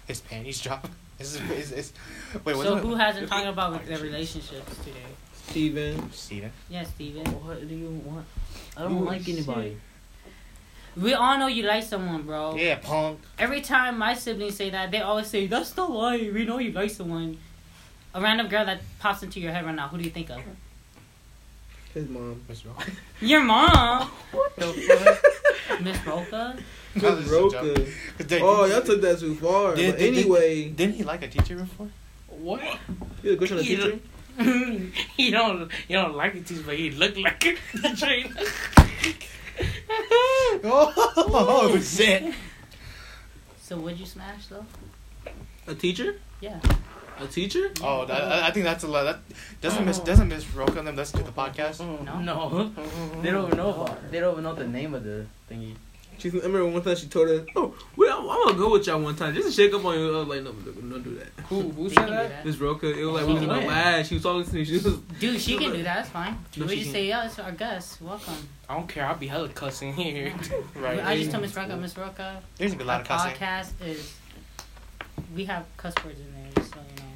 E: his panties drop. This is, is, is, wait, what's
G: So
E: it?
G: who hasn't talked about their relationships today?
C: Steven.
E: Steven.
G: Yeah, Steven.
D: What do you want? I
C: Ooh,
D: don't like anybody.
G: We all know you like someone, bro.
E: Yeah, punk.
G: Every time my siblings say that, they always say, That's the lie. We know you like someone. A random girl that pops into your head right now, who do you think of?
C: His mom.
E: What's wrong?
G: Your mom.
E: The fuck?
G: Miss Roca?
E: That was just a joke.
C: Roka.
E: 'Cause they-
C: Oh, y'all took that too far.
E: Did-
C: but
E: did- did-
C: anyway,
E: Didn't he like a teacher before?
A: What?
C: you a good shot at
A: Yeah.
C: teacher?
A: he don't he don't like the teacher, but he look like a teacher.
E: Oh, shit.
G: So would you smash though?
C: A teacher?
G: Yeah.
C: A teacher?
E: Oh, that, I- I think that's a lot. That doesn't miss doesn't miss Roka and them listen to the podcast.
G: No?
A: No,
D: They don't even know. They don't even know the name of the thingy.
C: She, I remember one time she told us, "Oh, well, I'm gonna go with y'all one time just to shake up on you." I was like, "No, don't don't do that."
A: who who
G: They
A: said
G: can do
A: that?
C: This Roka, it was like we was in the
D: Oh, man.
C: lab. She was talking to me. She was
G: Dude, she can do that. It's fine.
C: No,
G: we
C: she
G: just
C: can't.
G: say, Yeah, it's our Gus. Welcome.
A: I don't care. I'll be hella cussing here.
E: Right.
G: I just tell Miss Roca, Miss Roca,
E: There's gonna be a lot
G: our
E: of cussing.
G: podcast is. We have cuss words in there, just so you know.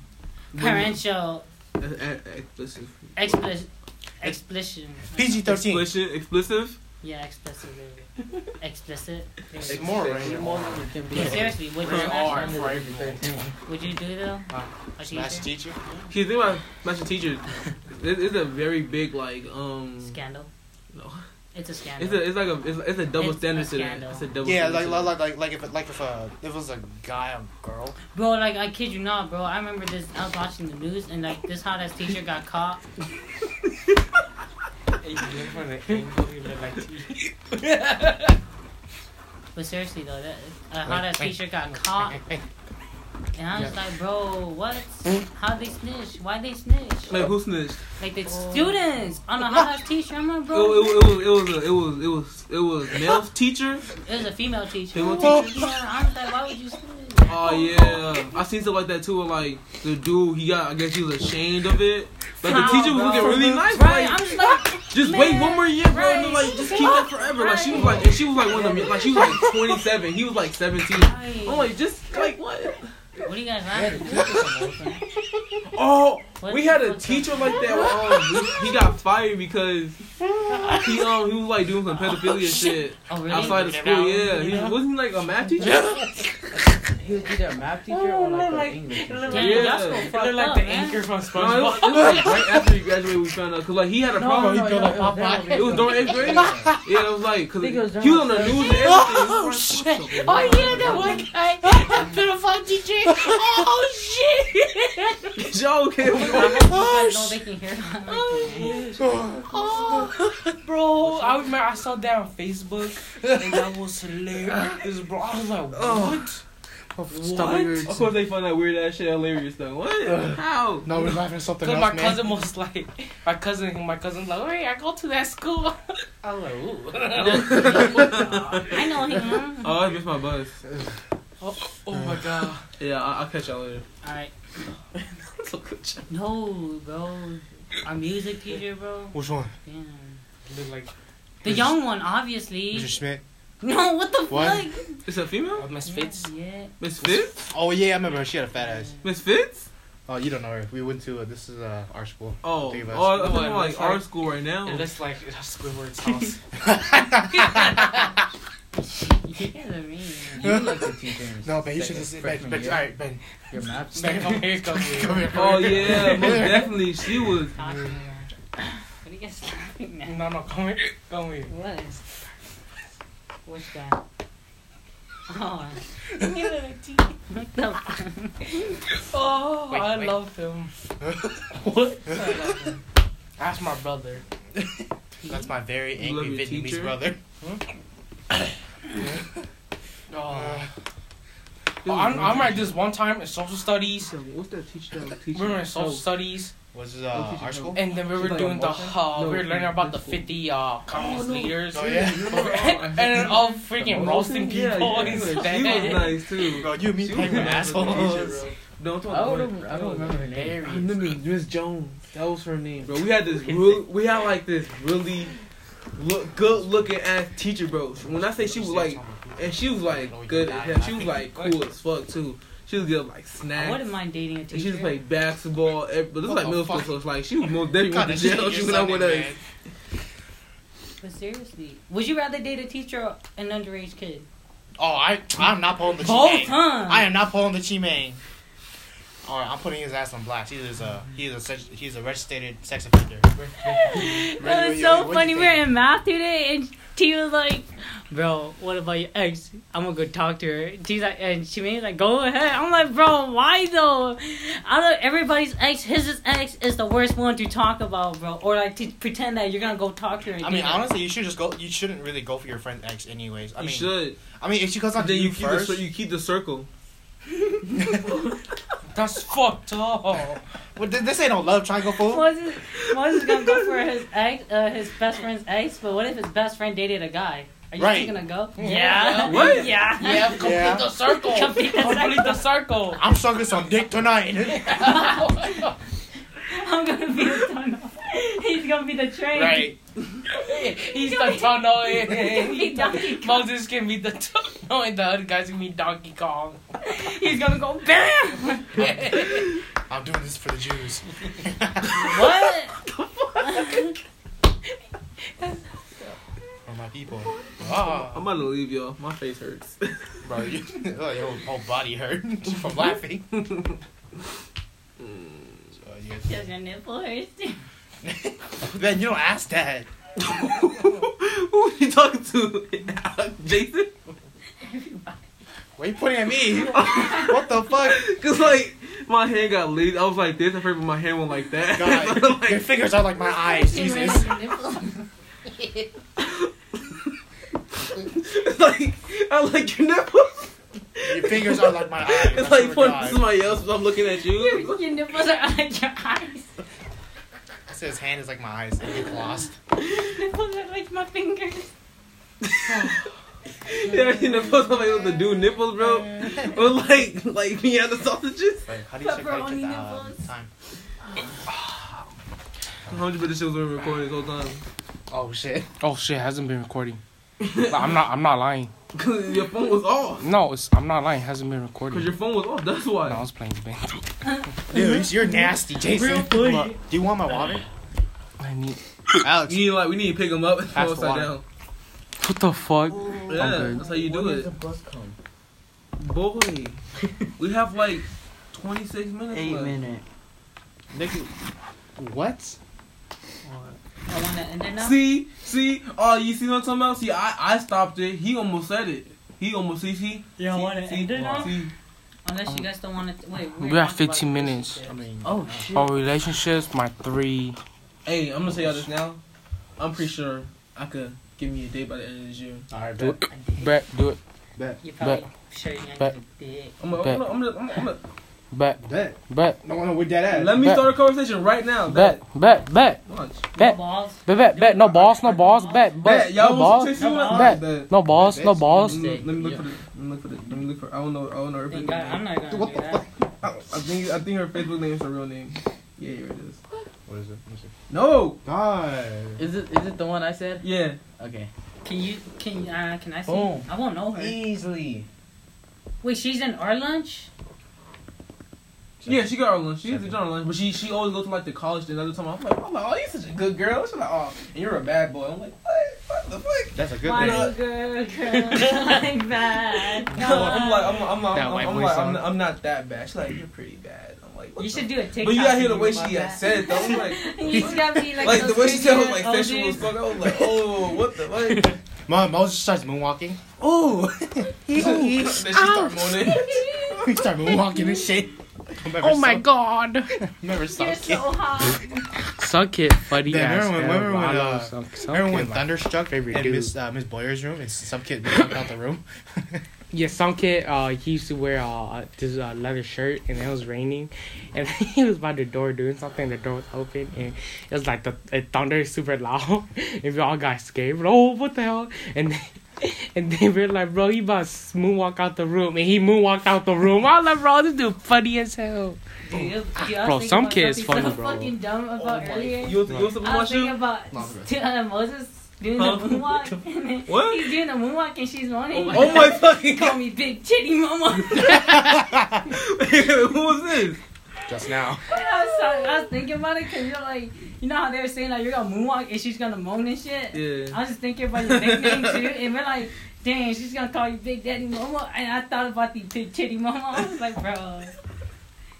G: Parental
C: explicit.
G: expli- explicit.
E: PG thirteen.
C: Explicit. Explicit.
G: Yeah, explicit. Explicit.
E: It's more right.
G: Yeah, seriously, would you
A: Rated R
G: smash?
A: for everyone.
G: Would you do it though? A
E: Smash
G: teacher?
E: teacher.
C: She's think about matching teachers. It, it's a very big like um.
G: Scandal.
C: No.
G: It's a scandal.
C: It's a, it's like a, it's, it's a double
G: It's a
C: standard to that.
G: scandal.
C: It's a double.
R: Yeah, like
C: standard
R: like
C: to
R: like like, like if like if
E: uh,
R: a if it was a guy or girl.
G: Bro, like I kid you not, bro. I remember this. I was watching the news and like this hot ass teacher got caught.
A: Hey, you look from the angle, you look like tea.
G: But seriously though, that a hot ass teacher got caught. And I was like, bro, what? How they snitch? Why they snitch?
C: that. Like who snitched?
G: Like the
C: Oh.
G: students on a hot ass teacher. I'm like,
C: It,
R: Oh.
G: bro,
C: it, it was it was it was it was it was male teacher.
G: it was a female teacher.
C: Female
G: Yeah, I was like, why would you snitch?
C: Oh yeah, I seen stuff like that too. Where, like the dude, he got I guess he was ashamed of it. But the
G: How,
C: teacher was
G: bro?
C: looking really nice.
G: Right?
C: Like,
G: I'm just like,
C: just wait
G: man,
C: one more year, bro. And,
G: right.
C: like just keep that forever. Like she was like and she was like one of them. Like she was like 27. He was like 17.
G: Right.
C: I'm like just like what?
G: Oh what are you guys laughing? at?
C: Oh,
G: What
C: we
G: the
C: had a
G: fuck's
C: teacher like that. Where, um, he- he got fired because he um he was like doing some pedophilia shit
G: Oh really?
C: outside of school. Yeah, he wasn't he, like a math teacher.
A: He was either a math teacher or Oh, like, an English teacher.
G: Damn,
C: Yeah.
G: y'all so
C: It
G: fucked
A: They're like
G: up,
A: the
G: man.
A: anchor from
C: No, it
A: SpongeBob.
C: was, it was like right after he graduated, we found out because like he had a problem.
A: no, no, it was
C: It was during eighth grade. Yeah, it was like because
A: Think it was
C: he was on the
A: during
C: news and everything. Oh shit!
S: Oh yeah, that one guy, that pedophile teacher. Oh shit!
C: Y'all okay?
G: I know they can hear. I'm like,
E: Oh,
A: Bro, I remember I saw that on Facebook and that was hilarious, bro. I was like, what?
C: Of course they found that weird ass shit hilarious though. What? How?
E: No, we're laughing at something
A: Because
E: else,
A: my
E: man.
A: cousin was like, my cousin, my cousin's like, hey, I go to that school. I was like, ooh.
G: I know him.
C: Oh, I missed my bus.
A: oh my god.
C: Yeah, I- I'll catch y'all later.
G: Alright. No, bro. Our music teacher, bro.
E: Which one?
G: Damn.
A: Look like
G: The young one, obviously.
E: Mr. Schmidt.
G: No, what the
E: What?
G: fuck?
C: It's a female?
A: uh, Miss Fitz.
G: Yeah.
C: Miss Fitz?
E: Oh yeah, I remember. She had a fat ass.
C: Miss Fitz?
E: Oh, you don't know her. We went to uh, this is uh, our school.
C: Oh, oh,
E: Think
C: I'm
E: about
C: talking
A: What,
C: about like
A: that's
C: our
A: like-
C: school right now.
A: It looks like Squidward's house.
G: You guys are mean.
T: You like the teacher. in
E: No, Ben, you should
T: second-
E: just Ben.
T: freshman
E: Ben,
T: year.
E: all right, Ben.
T: Your math.
E: Ben, come here, come here, come here.
C: Oh yeah, most definitely. She was.
G: Talking about. What are you guys laughing at?
A: No, no, come here. Come here.
G: What is. What's that? Oh. What the fuck?
A: Oh,
G: Wait,
A: I
G: wait.
A: love him.
E: What?
A: I love him. That's my brother.
E: That's my very
C: You love
E: angry
C: your
E: Vietnamese
C: teacher?
E: brother.
A: Oh. Oh, I, I remember this one time in social studies.
C: So, What's that teacher that was
A: We were in social
C: Oh,
A: studies,
E: Was this
C: What
E: uh,
C: teacher
E: our
C: do?
E: school?
A: and then we were
C: Like
A: doing the
C: Walton?
A: uh,
C: No,
A: we were learning
C: in
A: about the
C: principle.
A: fifty uh, communist leaders,
E: Oh yeah.
A: and then all freaking roasting people.
C: Oh, Yeah, yeah,
A: and
C: she was
A: stuff.
C: nice too.
E: Bro, you and me
C: She was
E: hanging with
C: nice as a teacher,
E: assholes.
C: bro. Don't
A: I
C: talk
A: don't,
C: about it.
A: I don't remember her name.
C: I remember Miss Jones. That was her name, bro. We had this. Real, we had like this really look good looking ass teacher, bro. When I say she was like, and she was like good. as hell. She was like cool as fuck too. She was good like
G: I
C: snacks.
G: wouldn't mind dating a
C: And she
G: teacher.
C: just played basketball, eh, but this is
E: What
C: like
E: the
C: middle school,
E: fuck?
C: so it's like she was most definitely went to jail. She went out with us.
G: But seriously, would you rather date a teacher or an underage kid?
E: Oh, I I'm not pulling the
G: Both,
E: Chimay.
G: huh?
E: I am not pulling the Chimay. All right, I'm putting his ass on blast. He's a he's a sex- he's a registered sex offender.
G: That was so funny. We were in math today, and T was like, "Bro, what about your ex? I'm gonna go talk to her." She's like, and she made like, "Go ahead." I'm like, "Bro, why though? Out of everybody's ex, his ex is the worst one to talk about, bro. Or like to pretend that you're gonna go talk to her." and
E: I
G: do
E: mean,
G: that.
E: honestly, you should just go. You shouldn't really go for your friend's ex, anyways. I
C: you
E: mean,
C: should.
E: I mean, if she goes on to
C: Then you,
E: you
C: keep the,
E: first,
C: cir- you keep the circle.
A: That's fucked up.
E: well, th- this ain't no love triangle, fool.
G: Moses, Moses gonna go for his ex, uh, his best friend's ex, but what if his best friend dated a guy? Are you
E: Right.
G: still gonna go? Yeah.
C: What?
G: Yeah.
A: Yeah, complete
E: Yeah.
A: the circle.
G: Complete the
A: Complete the circle.
E: I'm sucking some dick tonight.
G: I'm gonna be the tunnel. He's gonna be the train.
E: right.
A: He's the tunnel.
G: Be Donkey Kong.
A: Moses can be the tunnel, and the other guys can be Donkey Kong.
G: He's gonna go BAM!
E: I'm doing this for the Jews.
G: What?
E: For my people.
C: I'm
E: Oh,
C: about to leave y'all. My face hurts.
E: bro, you, oh, your whole body hurt from laughing. So, yeah.
G: Does your nipple hurt?
E: Man, you don't ask that.
C: Who are you talking to? Jason?
N: Why you pointing at me? what the fuck?
C: Cause like my hand got lazy. I was like this at first, but my hand went like that.
N: God, your
C: Like,
N: fingers are like my eyes. Jesus.
C: like I like your nipples.
N: Your fingers are like my eyes.
C: It's
N: I
C: like
N: swear to
C: pointing to
N: God.
C: somebody else, but I'm looking at you.
F: Your nipples are on your eyes.
N: I said his hand is like my eyes. They get lost.
F: Nipples are like my fingers.
C: Yeah, your nipples. Somebody with the dude nipples, bro. Or like like me and the sausages.
N: Wait, how do you check how you
F: Pepperoni
N: check the uh,
F: nipples.
N: time?
C: How much of this shit was been recording this whole time?
N: Oh shit.
A: Oh shit, hasn't been recording. I'm not. I'm not lying.
C: Cause your phone was off.
A: No, it's, I'm not lying. Hasn't been
C: Cause
A: recording.
C: your phone was off. That's why.
A: No, I was playing. Bang.
N: Dude, you're nasty, Jason. Look, do you want my water?
A: I need.
C: You need like we need to pick him up and
N: Pass
C: throw
N: the
C: upside
N: water.
C: down.
A: What the fuck?
C: Yeah,
A: good.
C: that's how you do
H: When does
C: it,
H: the bus come?
C: boy. we have like 26 minutes
D: Eight
C: left.
D: minute.
N: What?
G: I want to end it now.
C: See, see, oh, you see what I'm talking about? See, I, I stopped it. He almost said it. He almost see, see,
G: You don't want to
C: see,
G: end it now?
C: see.
G: Unless you guys don't want to. Wait,
A: We
G: were
A: got
G: talking about
A: 15 minutes.
G: relationships.
N: I mean,
D: Oh shit.
A: Our relationships, my three.
C: Hey, I'm gonna tell y'all this now. I'm pretty sure I could give me a date by the end of this year.
N: alright, but
A: Oh, Bet, do it.
G: You probably sure you're not
A: Bet.
G: gonna dick.
C: I'm gonna, I'm gonna, I'm gonna, I'm gonna,
A: Bet,
E: Bet.
A: bet,
E: No, no, with that ass.
C: let me
A: Bet.
C: start a conversation right now.
A: bet, bet, bet,
C: Watch.
A: Bet.
G: No balls.
A: bet, bet, bet. No balls, no balls. Bet,
C: Bet.
A: bet,
C: Y'all
A: no
C: want to
A: balls.
C: text you
A: balls.
C: that? Bet.
A: No balls, no balls.
C: Let me let me look for the, let me look for the, let me look for. I don't know, I don't know her
G: Thank
C: Facebook
G: God, I'm
C: name.
G: not gonna do that.
C: I I think, I think her Facebook name is her real name. Yeah, here it is.
N: what is it? Let me see.
C: No.
E: God.
B: Is it is it the one I said?
C: Yeah.
B: Okay.
G: Can you? Can uh, Can I see?
B: Boom.
G: I won't know her.
B: Easily.
G: Wait, she's in our lunch.
C: Yeah, she got her lunch. She gets to journal lunch, but she she always goes to like the college thing. Another time, I'm like, I'm like, oh, you're such a good girl. She's like, oh, and you're a bad boy. I'm like, what? What the fuck?
N: That's a good
G: Why
N: thing.
G: you girl, girl like that?
C: I'm like, I'm like, I'm like,
A: That
C: I'm,
A: white
C: I'm, I'm,
A: boy
C: like I'm,
A: song.
C: not, I'm not that bad. She's like, you're pretty bad. I'm like, what
G: you
C: the
G: should
C: fuck?
G: do a TikTok.
C: But you gotta hear the
G: video
C: way
G: about
C: she had
G: that.
C: said it. though. I'm like,
G: you just gotta be like,
C: like the way she said it was
G: those
C: like
G: creepy old dudes.
C: sexual as fuck. I was like, oh, what the fuck?
N: Mom, Moses starts moonwalking.
C: Ooh. then she started moaning.
N: We start moonwalking and shit.
A: Oh my god.
N: Never stop.
G: You're
N: Remember
G: so hot.
A: Suck it, buddy.
N: Damn,
A: ass.
N: remember when- remember when,
A: Alvarado,
N: uh,
A: suck- suck
N: when
A: it.
N: Thunderstruck and
A: dude.
N: Miss uh, Miss Boyer's room and some kid jumped out the room?
A: Yeah, some kid uh he used to wear uh this uh, leather shirt and it was raining, and he was by the door doing something. The door was open and it was like the it thunder super loud, and we all got scared. We're like, oh, what the hell? And then, and then we're like, bro, he about to moonwalk out the room, and he moonwalked out the room. I was like, bro, this dude funny as hell.
G: Dude, you- you
A: Bro,
G: was thinking
A: some
G: about
A: kid is funny,
G: something so
A: bro.
G: fucking dumb about earlier.
C: Oh You was, you
G: I was
C: was about
G: thinking
C: you?
G: about uh, Moses doing
C: Huh?
G: the moonwalk.
C: What?
G: He's doing the moonwalk and she's moaning.
C: Oh my fucking
G: Call me Big Titty Mama.
C: Who was this?
N: Just now.
G: I, was, I was thinking about it because you're like, you know how they were saying like you're gonna moonwalk and she's gonna moan and shit.
C: Yeah.
G: I was just thinking about your nickname too, and we're like, dang, she's gonna call you Big Daddy Momo, and I thought about the Big Titty Momo. I was like, bro,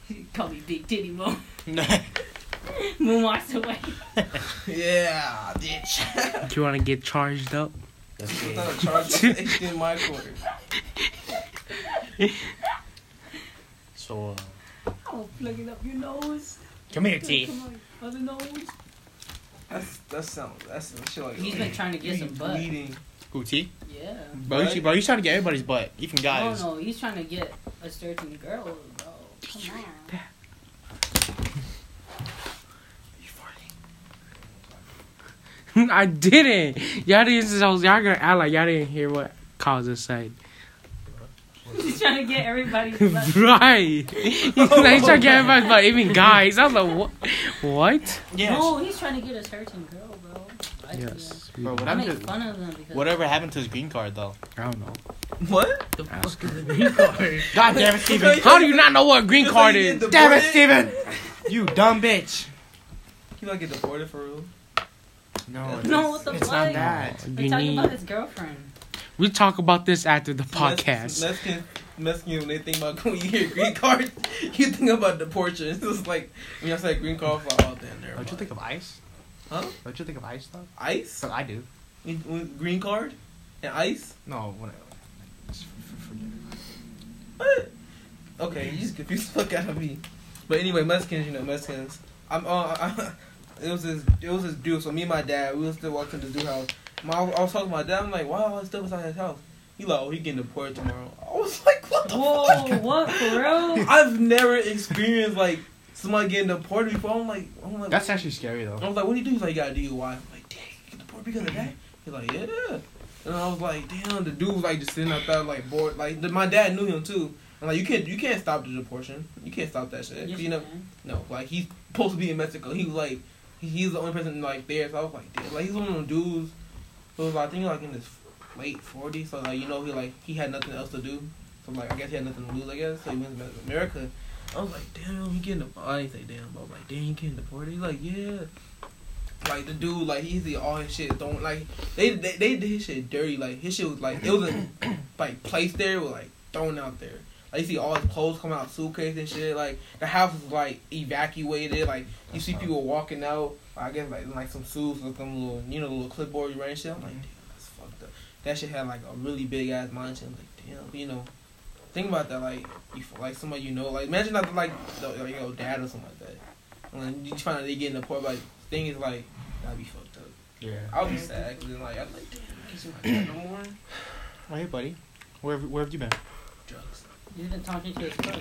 G: she call me Big Titty Momo. Moonwalks away.
C: Yeah, bitch.
A: Do you want to get charged up?
C: It's not a charge. It's in my court.
N: so, uh,
G: I was plugging up your nose.
N: come here, T.
G: Come on, other nose.
C: That's that sounds. That's some shit like.
G: He's been trying to get some butt.
C: Bleeding.
N: Who, T?
G: Yeah.
N: Bro, you, bro, you trying to get everybody's butt, even guys.
G: No, no, he's trying to get a certain girl, bro. Come on.
A: I didn't. Y'all didn't. Y'all gonna act like y'all didn't hear what Causa said.
G: He's trying to get everybody's butt.
A: right. He's like, he's trying to get everybody, but even guys. I was like, what? What?
N: Yes.
G: No, he's trying to get a certain girl, bro. I see him.
A: Yes.
N: Bro, what
G: I
N: I'm
G: make
N: just,
G: fun of them because
N: whatever happened to his green card, though?
A: I don't know.
C: What?
A: Ask him.
N: God damn it, Steven.
A: How do you not know what a green
C: Just
A: card
C: like you
A: is?
C: get
N: damn it,
C: deported?
N: Steven! You dumb bitch.
C: You might get deported for real.
N: No, it's,
G: No, what the
N: it's
G: fuck?
N: not that.
G: We're
A: You
G: talking about
A: need.
G: his girlfriend.
A: We talk about this after the podcast.
C: Mexican, Mexican, when they think about when you hear green card, you think about deportation. It's just like when I say green card, it's like, oh damn, there.
N: Don't you think of ice?
C: Huh?
N: Don't you think of ice, though?
C: Ice?
N: So I do.
C: With- with green card and ice.
E: No, whatever.
C: What? Okay, you just confused the fuck out of me. But anyway, Mexicans, you know, Mexicans. I'm uh, I, it was this it was this dude. So me and my dad, we was still walking to the dude house. My, I was talking to my dad. I'm like, wow, all this stuff was at his house. He like, oh, he getting deported tomorrow. I was like, what the
G: Whoa,
C: fuck?
G: what, bro?
C: I've never experienced like somebody getting deported before. I'm like, I'm like,
E: That's actually scary though.
C: I was like, what do you do? He's like, you got a DUI. I'm like, dang, you get deported because of that? He's like, yeah. And I was like, damn, the dude was like just sitting out there like bored. Like the, my dad knew him too. I'm like, you can't, you can't stop the deportation. You can't stop that shit. 'Cause you know, no, like he's supposed to be in Mexico. He was like, he- he's the only person like there. So I was like, damn, like he's one of them dudes who was I think like in his late 40s. So like you know, he like he had nothing else to do. So like I guess he had nothing to lose. I guess so he went to America. I was like, damn, he getting deported. I didn't say damn, but I was like, damn, he getting deported. He's like, yeah. Like the dude, like he's the all his shit don't like they, they they did his shit dirty. Like his shit was like it was not like placed there was like thrown out there. Like you see all his clothes coming out suitcase and shit. Like the house was like evacuated. Like you see people walking out. I guess like like some suits with them little you know little clipboard you ran and shit. I'm like damn that's fucked up. That shit had like a really big ass mindset. I'm like damn you know think about that like you feel like somebody you know like imagine not like the, like your dad or something like that. And then you find out they getting the poor like thing is like that'd be fucked up.
E: Yeah.
C: I'll be sad because like I'm like, damn, I can't see my dad no more.
E: Oh, hey, buddy. Where have, where have you been?
C: Drugs.
G: You've been talking to his coach.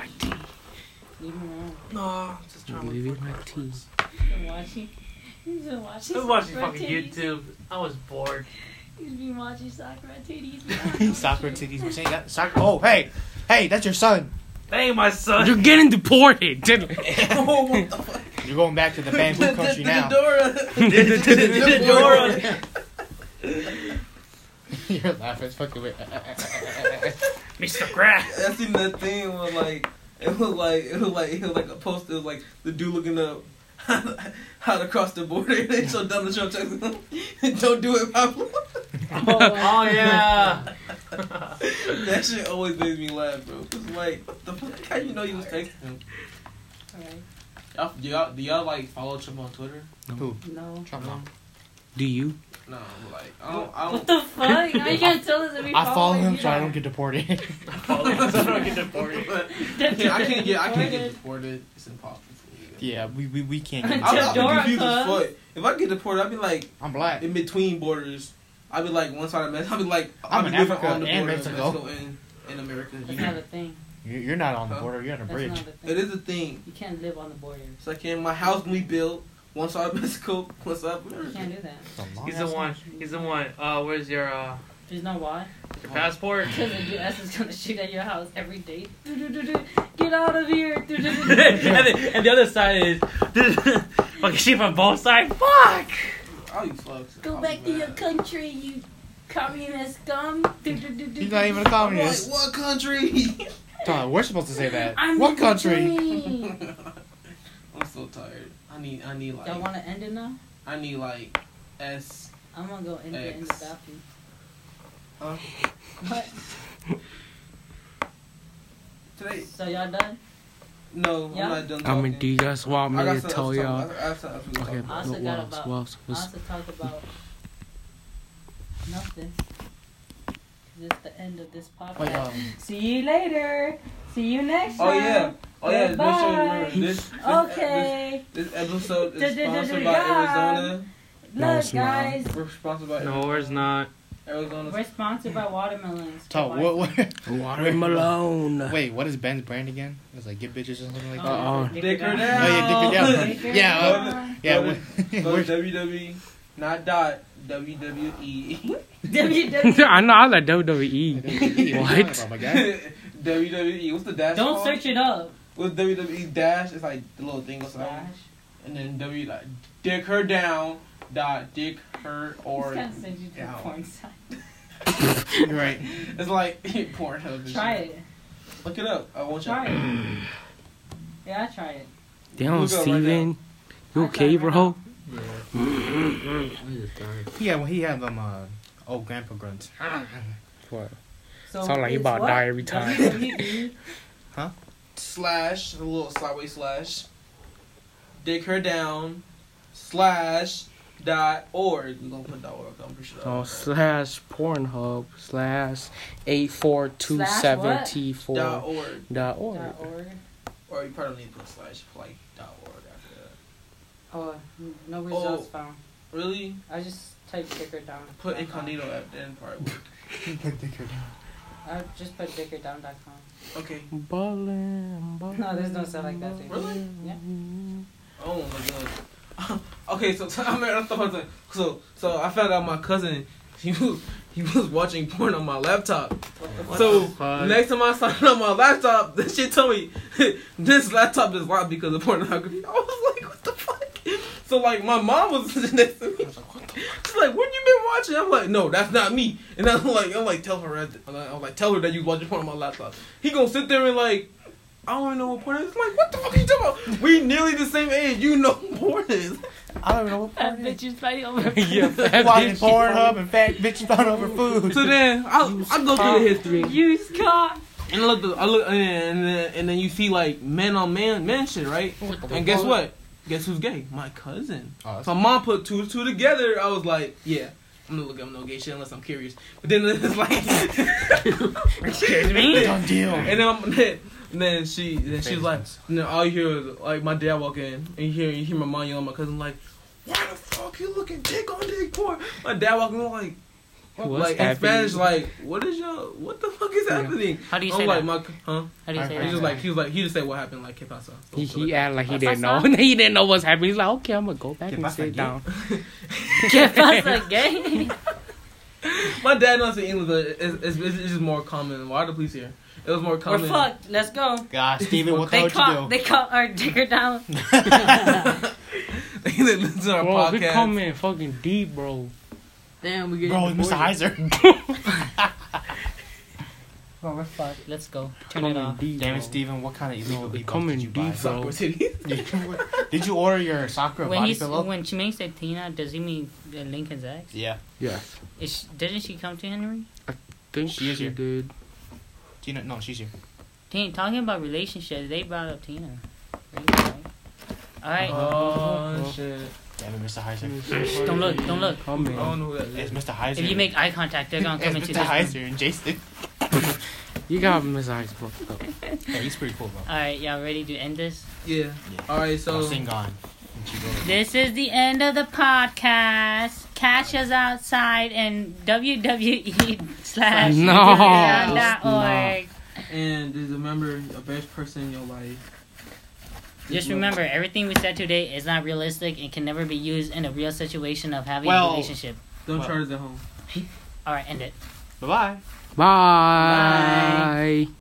G: Leave him alone.
C: Nah, just trying to
A: Leaving my tea.
G: He's been watching. He's been watching.
U: I was watching
G: soccer
U: fucking
G: titties.
U: YouTube. I was bored.
G: He's been watching soccer on titties.
E: Soccer titties. But ain't that soccer. Oh, hey, hey, that's your son.
U: That ain't my son.
A: You're getting deported. Did
C: oh, what the fuck?
E: You're going back to the bamboo country now.
C: Dora.
E: You're laughing. It's fucking weird.
U: Mr. Grass.
C: I seen that thing where like it was like it was like it was like a post. It was like the dude looking up. How to cross the border? They so Donald Trump texted him, "Don't do it, Pablo."
U: Oh yeah.
C: That shit always makes me laugh, bro. It's like, what the fuck? How you know you was texting him? Y'all, do y'all, do y'all like follow Trump on Twitter?
E: Who?
G: No.
E: Trump.
A: Do you?
C: No, I'm like, I don't, I
G: What
C: don't.
G: the fuck? Now you gotta tell us if we
E: I follow him
G: you.
E: so I don't get deported.
C: Yeah, I can't get, I can't get deported. It's impossible. for me.
E: yeah, we, we, we can't get
C: I'll,
E: deported.
C: I'll be
G: Dora,
C: confused as
G: cuz.
C: fuck. If I get deported, I'd be like
E: I'm black.
C: in between borders. I'd be like one side of Mexico. I'd be like, I'd
E: I'm in
C: be living
E: Africa
C: on the
E: and
C: border
E: Mexico.
C: of Mexico and, and America.
G: That's not a thing.
E: You- You're not on the border. You're on a
G: Oh. That's
E: bridge.
G: not a thing.
C: It is a thing.
G: You can't live on the border.
C: It's like in my house when we built, one side of Mexico, one side of
G: You
C: America.
G: can't do that.
E: It's a long
U: He's the
E: ass-
U: one. He's the one. Uh, where's your uh
G: There's no why.
U: your passport?
G: Because the U.S. is gonna shoot at your house every day. Do-do-do-do. Get out of here. Do-do-do-do.
U: and, the, and the other side is fucking shit from both sides. Fuck.
C: I'll be fucked.
G: Go
C: I'll
G: back
C: be
G: to your
C: mad.
G: country, you communist scum. Do-do-do-do-do.
E: He's not even a
C: I'm like,
E: communist.
C: what country?
E: Tom, we're supposed to say that.
G: I'm
E: what
G: in
E: country?
G: between.
C: I'm so tired. I need, I need
G: Y'all
C: like,
G: wanna end it now?
C: I need like S.
G: I'm gonna go end it in the
C: X.
G: bathroom.
C: Huh?
G: What?
C: Today,
G: So y'all done?
C: no,
G: Yeah?
C: I'm not done talking.
A: I mean, do you guys want me
C: I
A: to
C: got
A: tell
C: something else
A: y'all?
C: to talk about. I got something else to
A: Okay,
G: I
C: talk
A: what
G: also
A: what
G: got
A: else?
G: about-
A: What else?
G: I
A: What's-
G: also talk about nothing. 'Cause it's the end of this podcast.
E: Wait, um,
G: See you later. See you next
C: uh, Oh
G: time.
C: yeah. Oh yeah, make sure you remember
G: Goodbye.
C: this, this
G: Okay.
C: this, this episode is
G: Da-da-da-da-da.
C: sponsored by Arizona.
A: No,
G: Look,
A: it's not.
G: guys,
C: We're sponsored by
U: No, it's not.
C: Arizona.
G: we're sponsored by watermelons.
E: Tom, what, what,
A: Watermelon.
E: wait, what is Ben's brand again? It's like get bitches or something like that.
A: Uh-oh.
C: Dick her
E: Oh,
C: down.
E: yeah, dick
G: Oh. Dick her
E: it down. Yeah,
G: down.
E: uh, yeah. we-
C: Go
E: we're-
C: to www. E, Not dot E. WWE.
G: www.
A: I know. I was like
E: E.
A: WWE.
E: What?
A: What?
E: Oh my god.
C: WWE. E, What's the dash?
G: Don't
C: called?
G: search it up.
C: What's WWE dash? It's like the little thing or something.
G: Slash.
C: And then W dot dick her down dot dick her
G: Or
C: or
G: gonna send you to the
C: down.
G: porn site.
E: You're right.
C: It's like Pornhub. and
G: Try
C: shit.
G: it.
C: Look it up. I want you.
G: Try it. Yeah, I try it.
A: Damn,
C: Look up right
A: Steven. You okay, bro?
H: Mm-hmm.
E: Yeah, well, he had them uh, old grandpa grunts.
A: What?
G: So
A: Sound like you
G: it's
A: about to
G: what?
A: die every time.
G: WWE.
C: slash a little sideways slash dick her down slash dot org. We're gonna put dot org. I'm pretty sure.
A: Oh, slash Pornhub slash eight four two seven T
C: Dot
A: four
C: org.
A: dot org.
G: Dot org.
C: Or you probably need to put slash like dot org after that.
G: Oh, no results
C: Oh.
G: found.
C: Really?
G: I just typed Dicker Down.
C: Put incognito at the end part.
G: I just put dickerdown.com.
C: Okay.
A: Ballin', ballin'.
G: No, there's no sound like that, dude.
C: Really?
G: Yeah.
C: Oh my god. okay, so so I mean, I thought that- so so I found out my cousin he was he was watching porn on my laptop. so next time I signed on my laptop, this shit told me this laptop is locked because of pornography. I was like, what the fuck? So like my mom was sitting next to me. She's like, what you been watching? I'm like, no, that's not me. And I'm like, I'm like, tell her, I'm like, I'm like, tell her that you watching porn on my laptop. He gonna sit there and like. I don't even know what porn is. Like, what the fuck are you talking about? We nearly the same age. You know what porn is.
E: I don't even know what
G: That
E: porn is.
G: bitch is fighting over
A: yeah,
E: Watching
A: that's
E: Pornhub and fat bitches fight over food.
C: So then I I go through the history
G: used car.
C: and I look the- I look and then, and then you see like man on man man shit right. And guess what? Guess who's gay? My cousin.
E: Oh,
C: So my mom put two and two together. I was like, yeah. I'm gonna look up no gay shit unless I'm curious. But then it's like, excuse me.
E: done deal.
C: And then, I'm, then, then she then she was like, and then all you hear is like my dad walk in, and you hear you hear my mom yell at my cousin like, "Why the fuck you looking dick on dick porn?" My dad walking in like,
A: What's
C: like in
A: happening?
C: Spanish like, "What is your what the fuck is happening?"
G: How do you say
C: I'm
G: that?
C: Oh, like, "My c- huh?"
G: How do you say
C: He
G: that?
C: just like he was like he just said what happened like, "¿Qué pasa?" So-
A: He,
C: so
A: he
C: like-
A: acted like he
G: What's
A: didn't know.
G: that
A: he didn't know what's happening. He's like, okay, I'm gonna go back
E: Que
A: and
E: pasa
A: sit
E: aquí?
A: down.
G: ¿Qué pasa, gay?
C: my dad knows the English, but it's, it's, it's just more common. Why are the police here? It was more
G: We're
C: common.
G: fucked. Let's go.
E: God, Steven, what the
G: They
E: hell
G: caught,
E: would you
G: they caught our Dicker Down.
C: they listen to our
A: Bro, we
C: podcast.
A: coming fucking deep, bro.
G: Damn, we
E: do?
G: get
E: Bro, Mr. Heiser.
G: Let's go. Turn it off.
A: deep,
E: Damn
A: bro.
E: it, Steven, what kind of illegal
A: we
E: beatbox
A: coming
E: did you buy?
A: deep, bro.
E: did you order your soccer
G: When
E: body
G: he's
E: pillow?
G: when Chimay said Tina, does he mean uh, Lincoln's ex?
E: yeah.
G: Is she, didn't she come to Henry?
A: Think
E: She
A: she,
E: is here.
A: did.
E: Do you know? No, she's here.
G: Tina, talking about relationships, they brought up Tina. Right? All right.
C: Oh shit!
E: Damn it, Mr. Heiser.
G: don't look. Don't look.
C: I
A: Coming.
C: don't know who that is.
E: It's Mr. Heiser.
G: If you make eye contact, they're gonna
E: it's
G: come into
E: Mr.
G: this. room.
E: Heiser and Jason.
A: You got Miss Eyes fucked up.
E: Yeah, he's pretty cool, bro.
G: All right, y'all ready to end this?
C: Yeah.
E: Yeah.
C: All right,
E: So,
C: so.
E: I'll sing on.
G: This is the end of the podcast. Cash us outside and wwe slash
A: No.
G: underground.org.
C: And just remember, the best person in your life.
G: Just remember, everything we said today is not realistic and can never be used in a real situation of having a
E: Well-
G: relationship.
C: Don't charge at home.
G: All right, end it.
E: Bye bye.
A: Bye.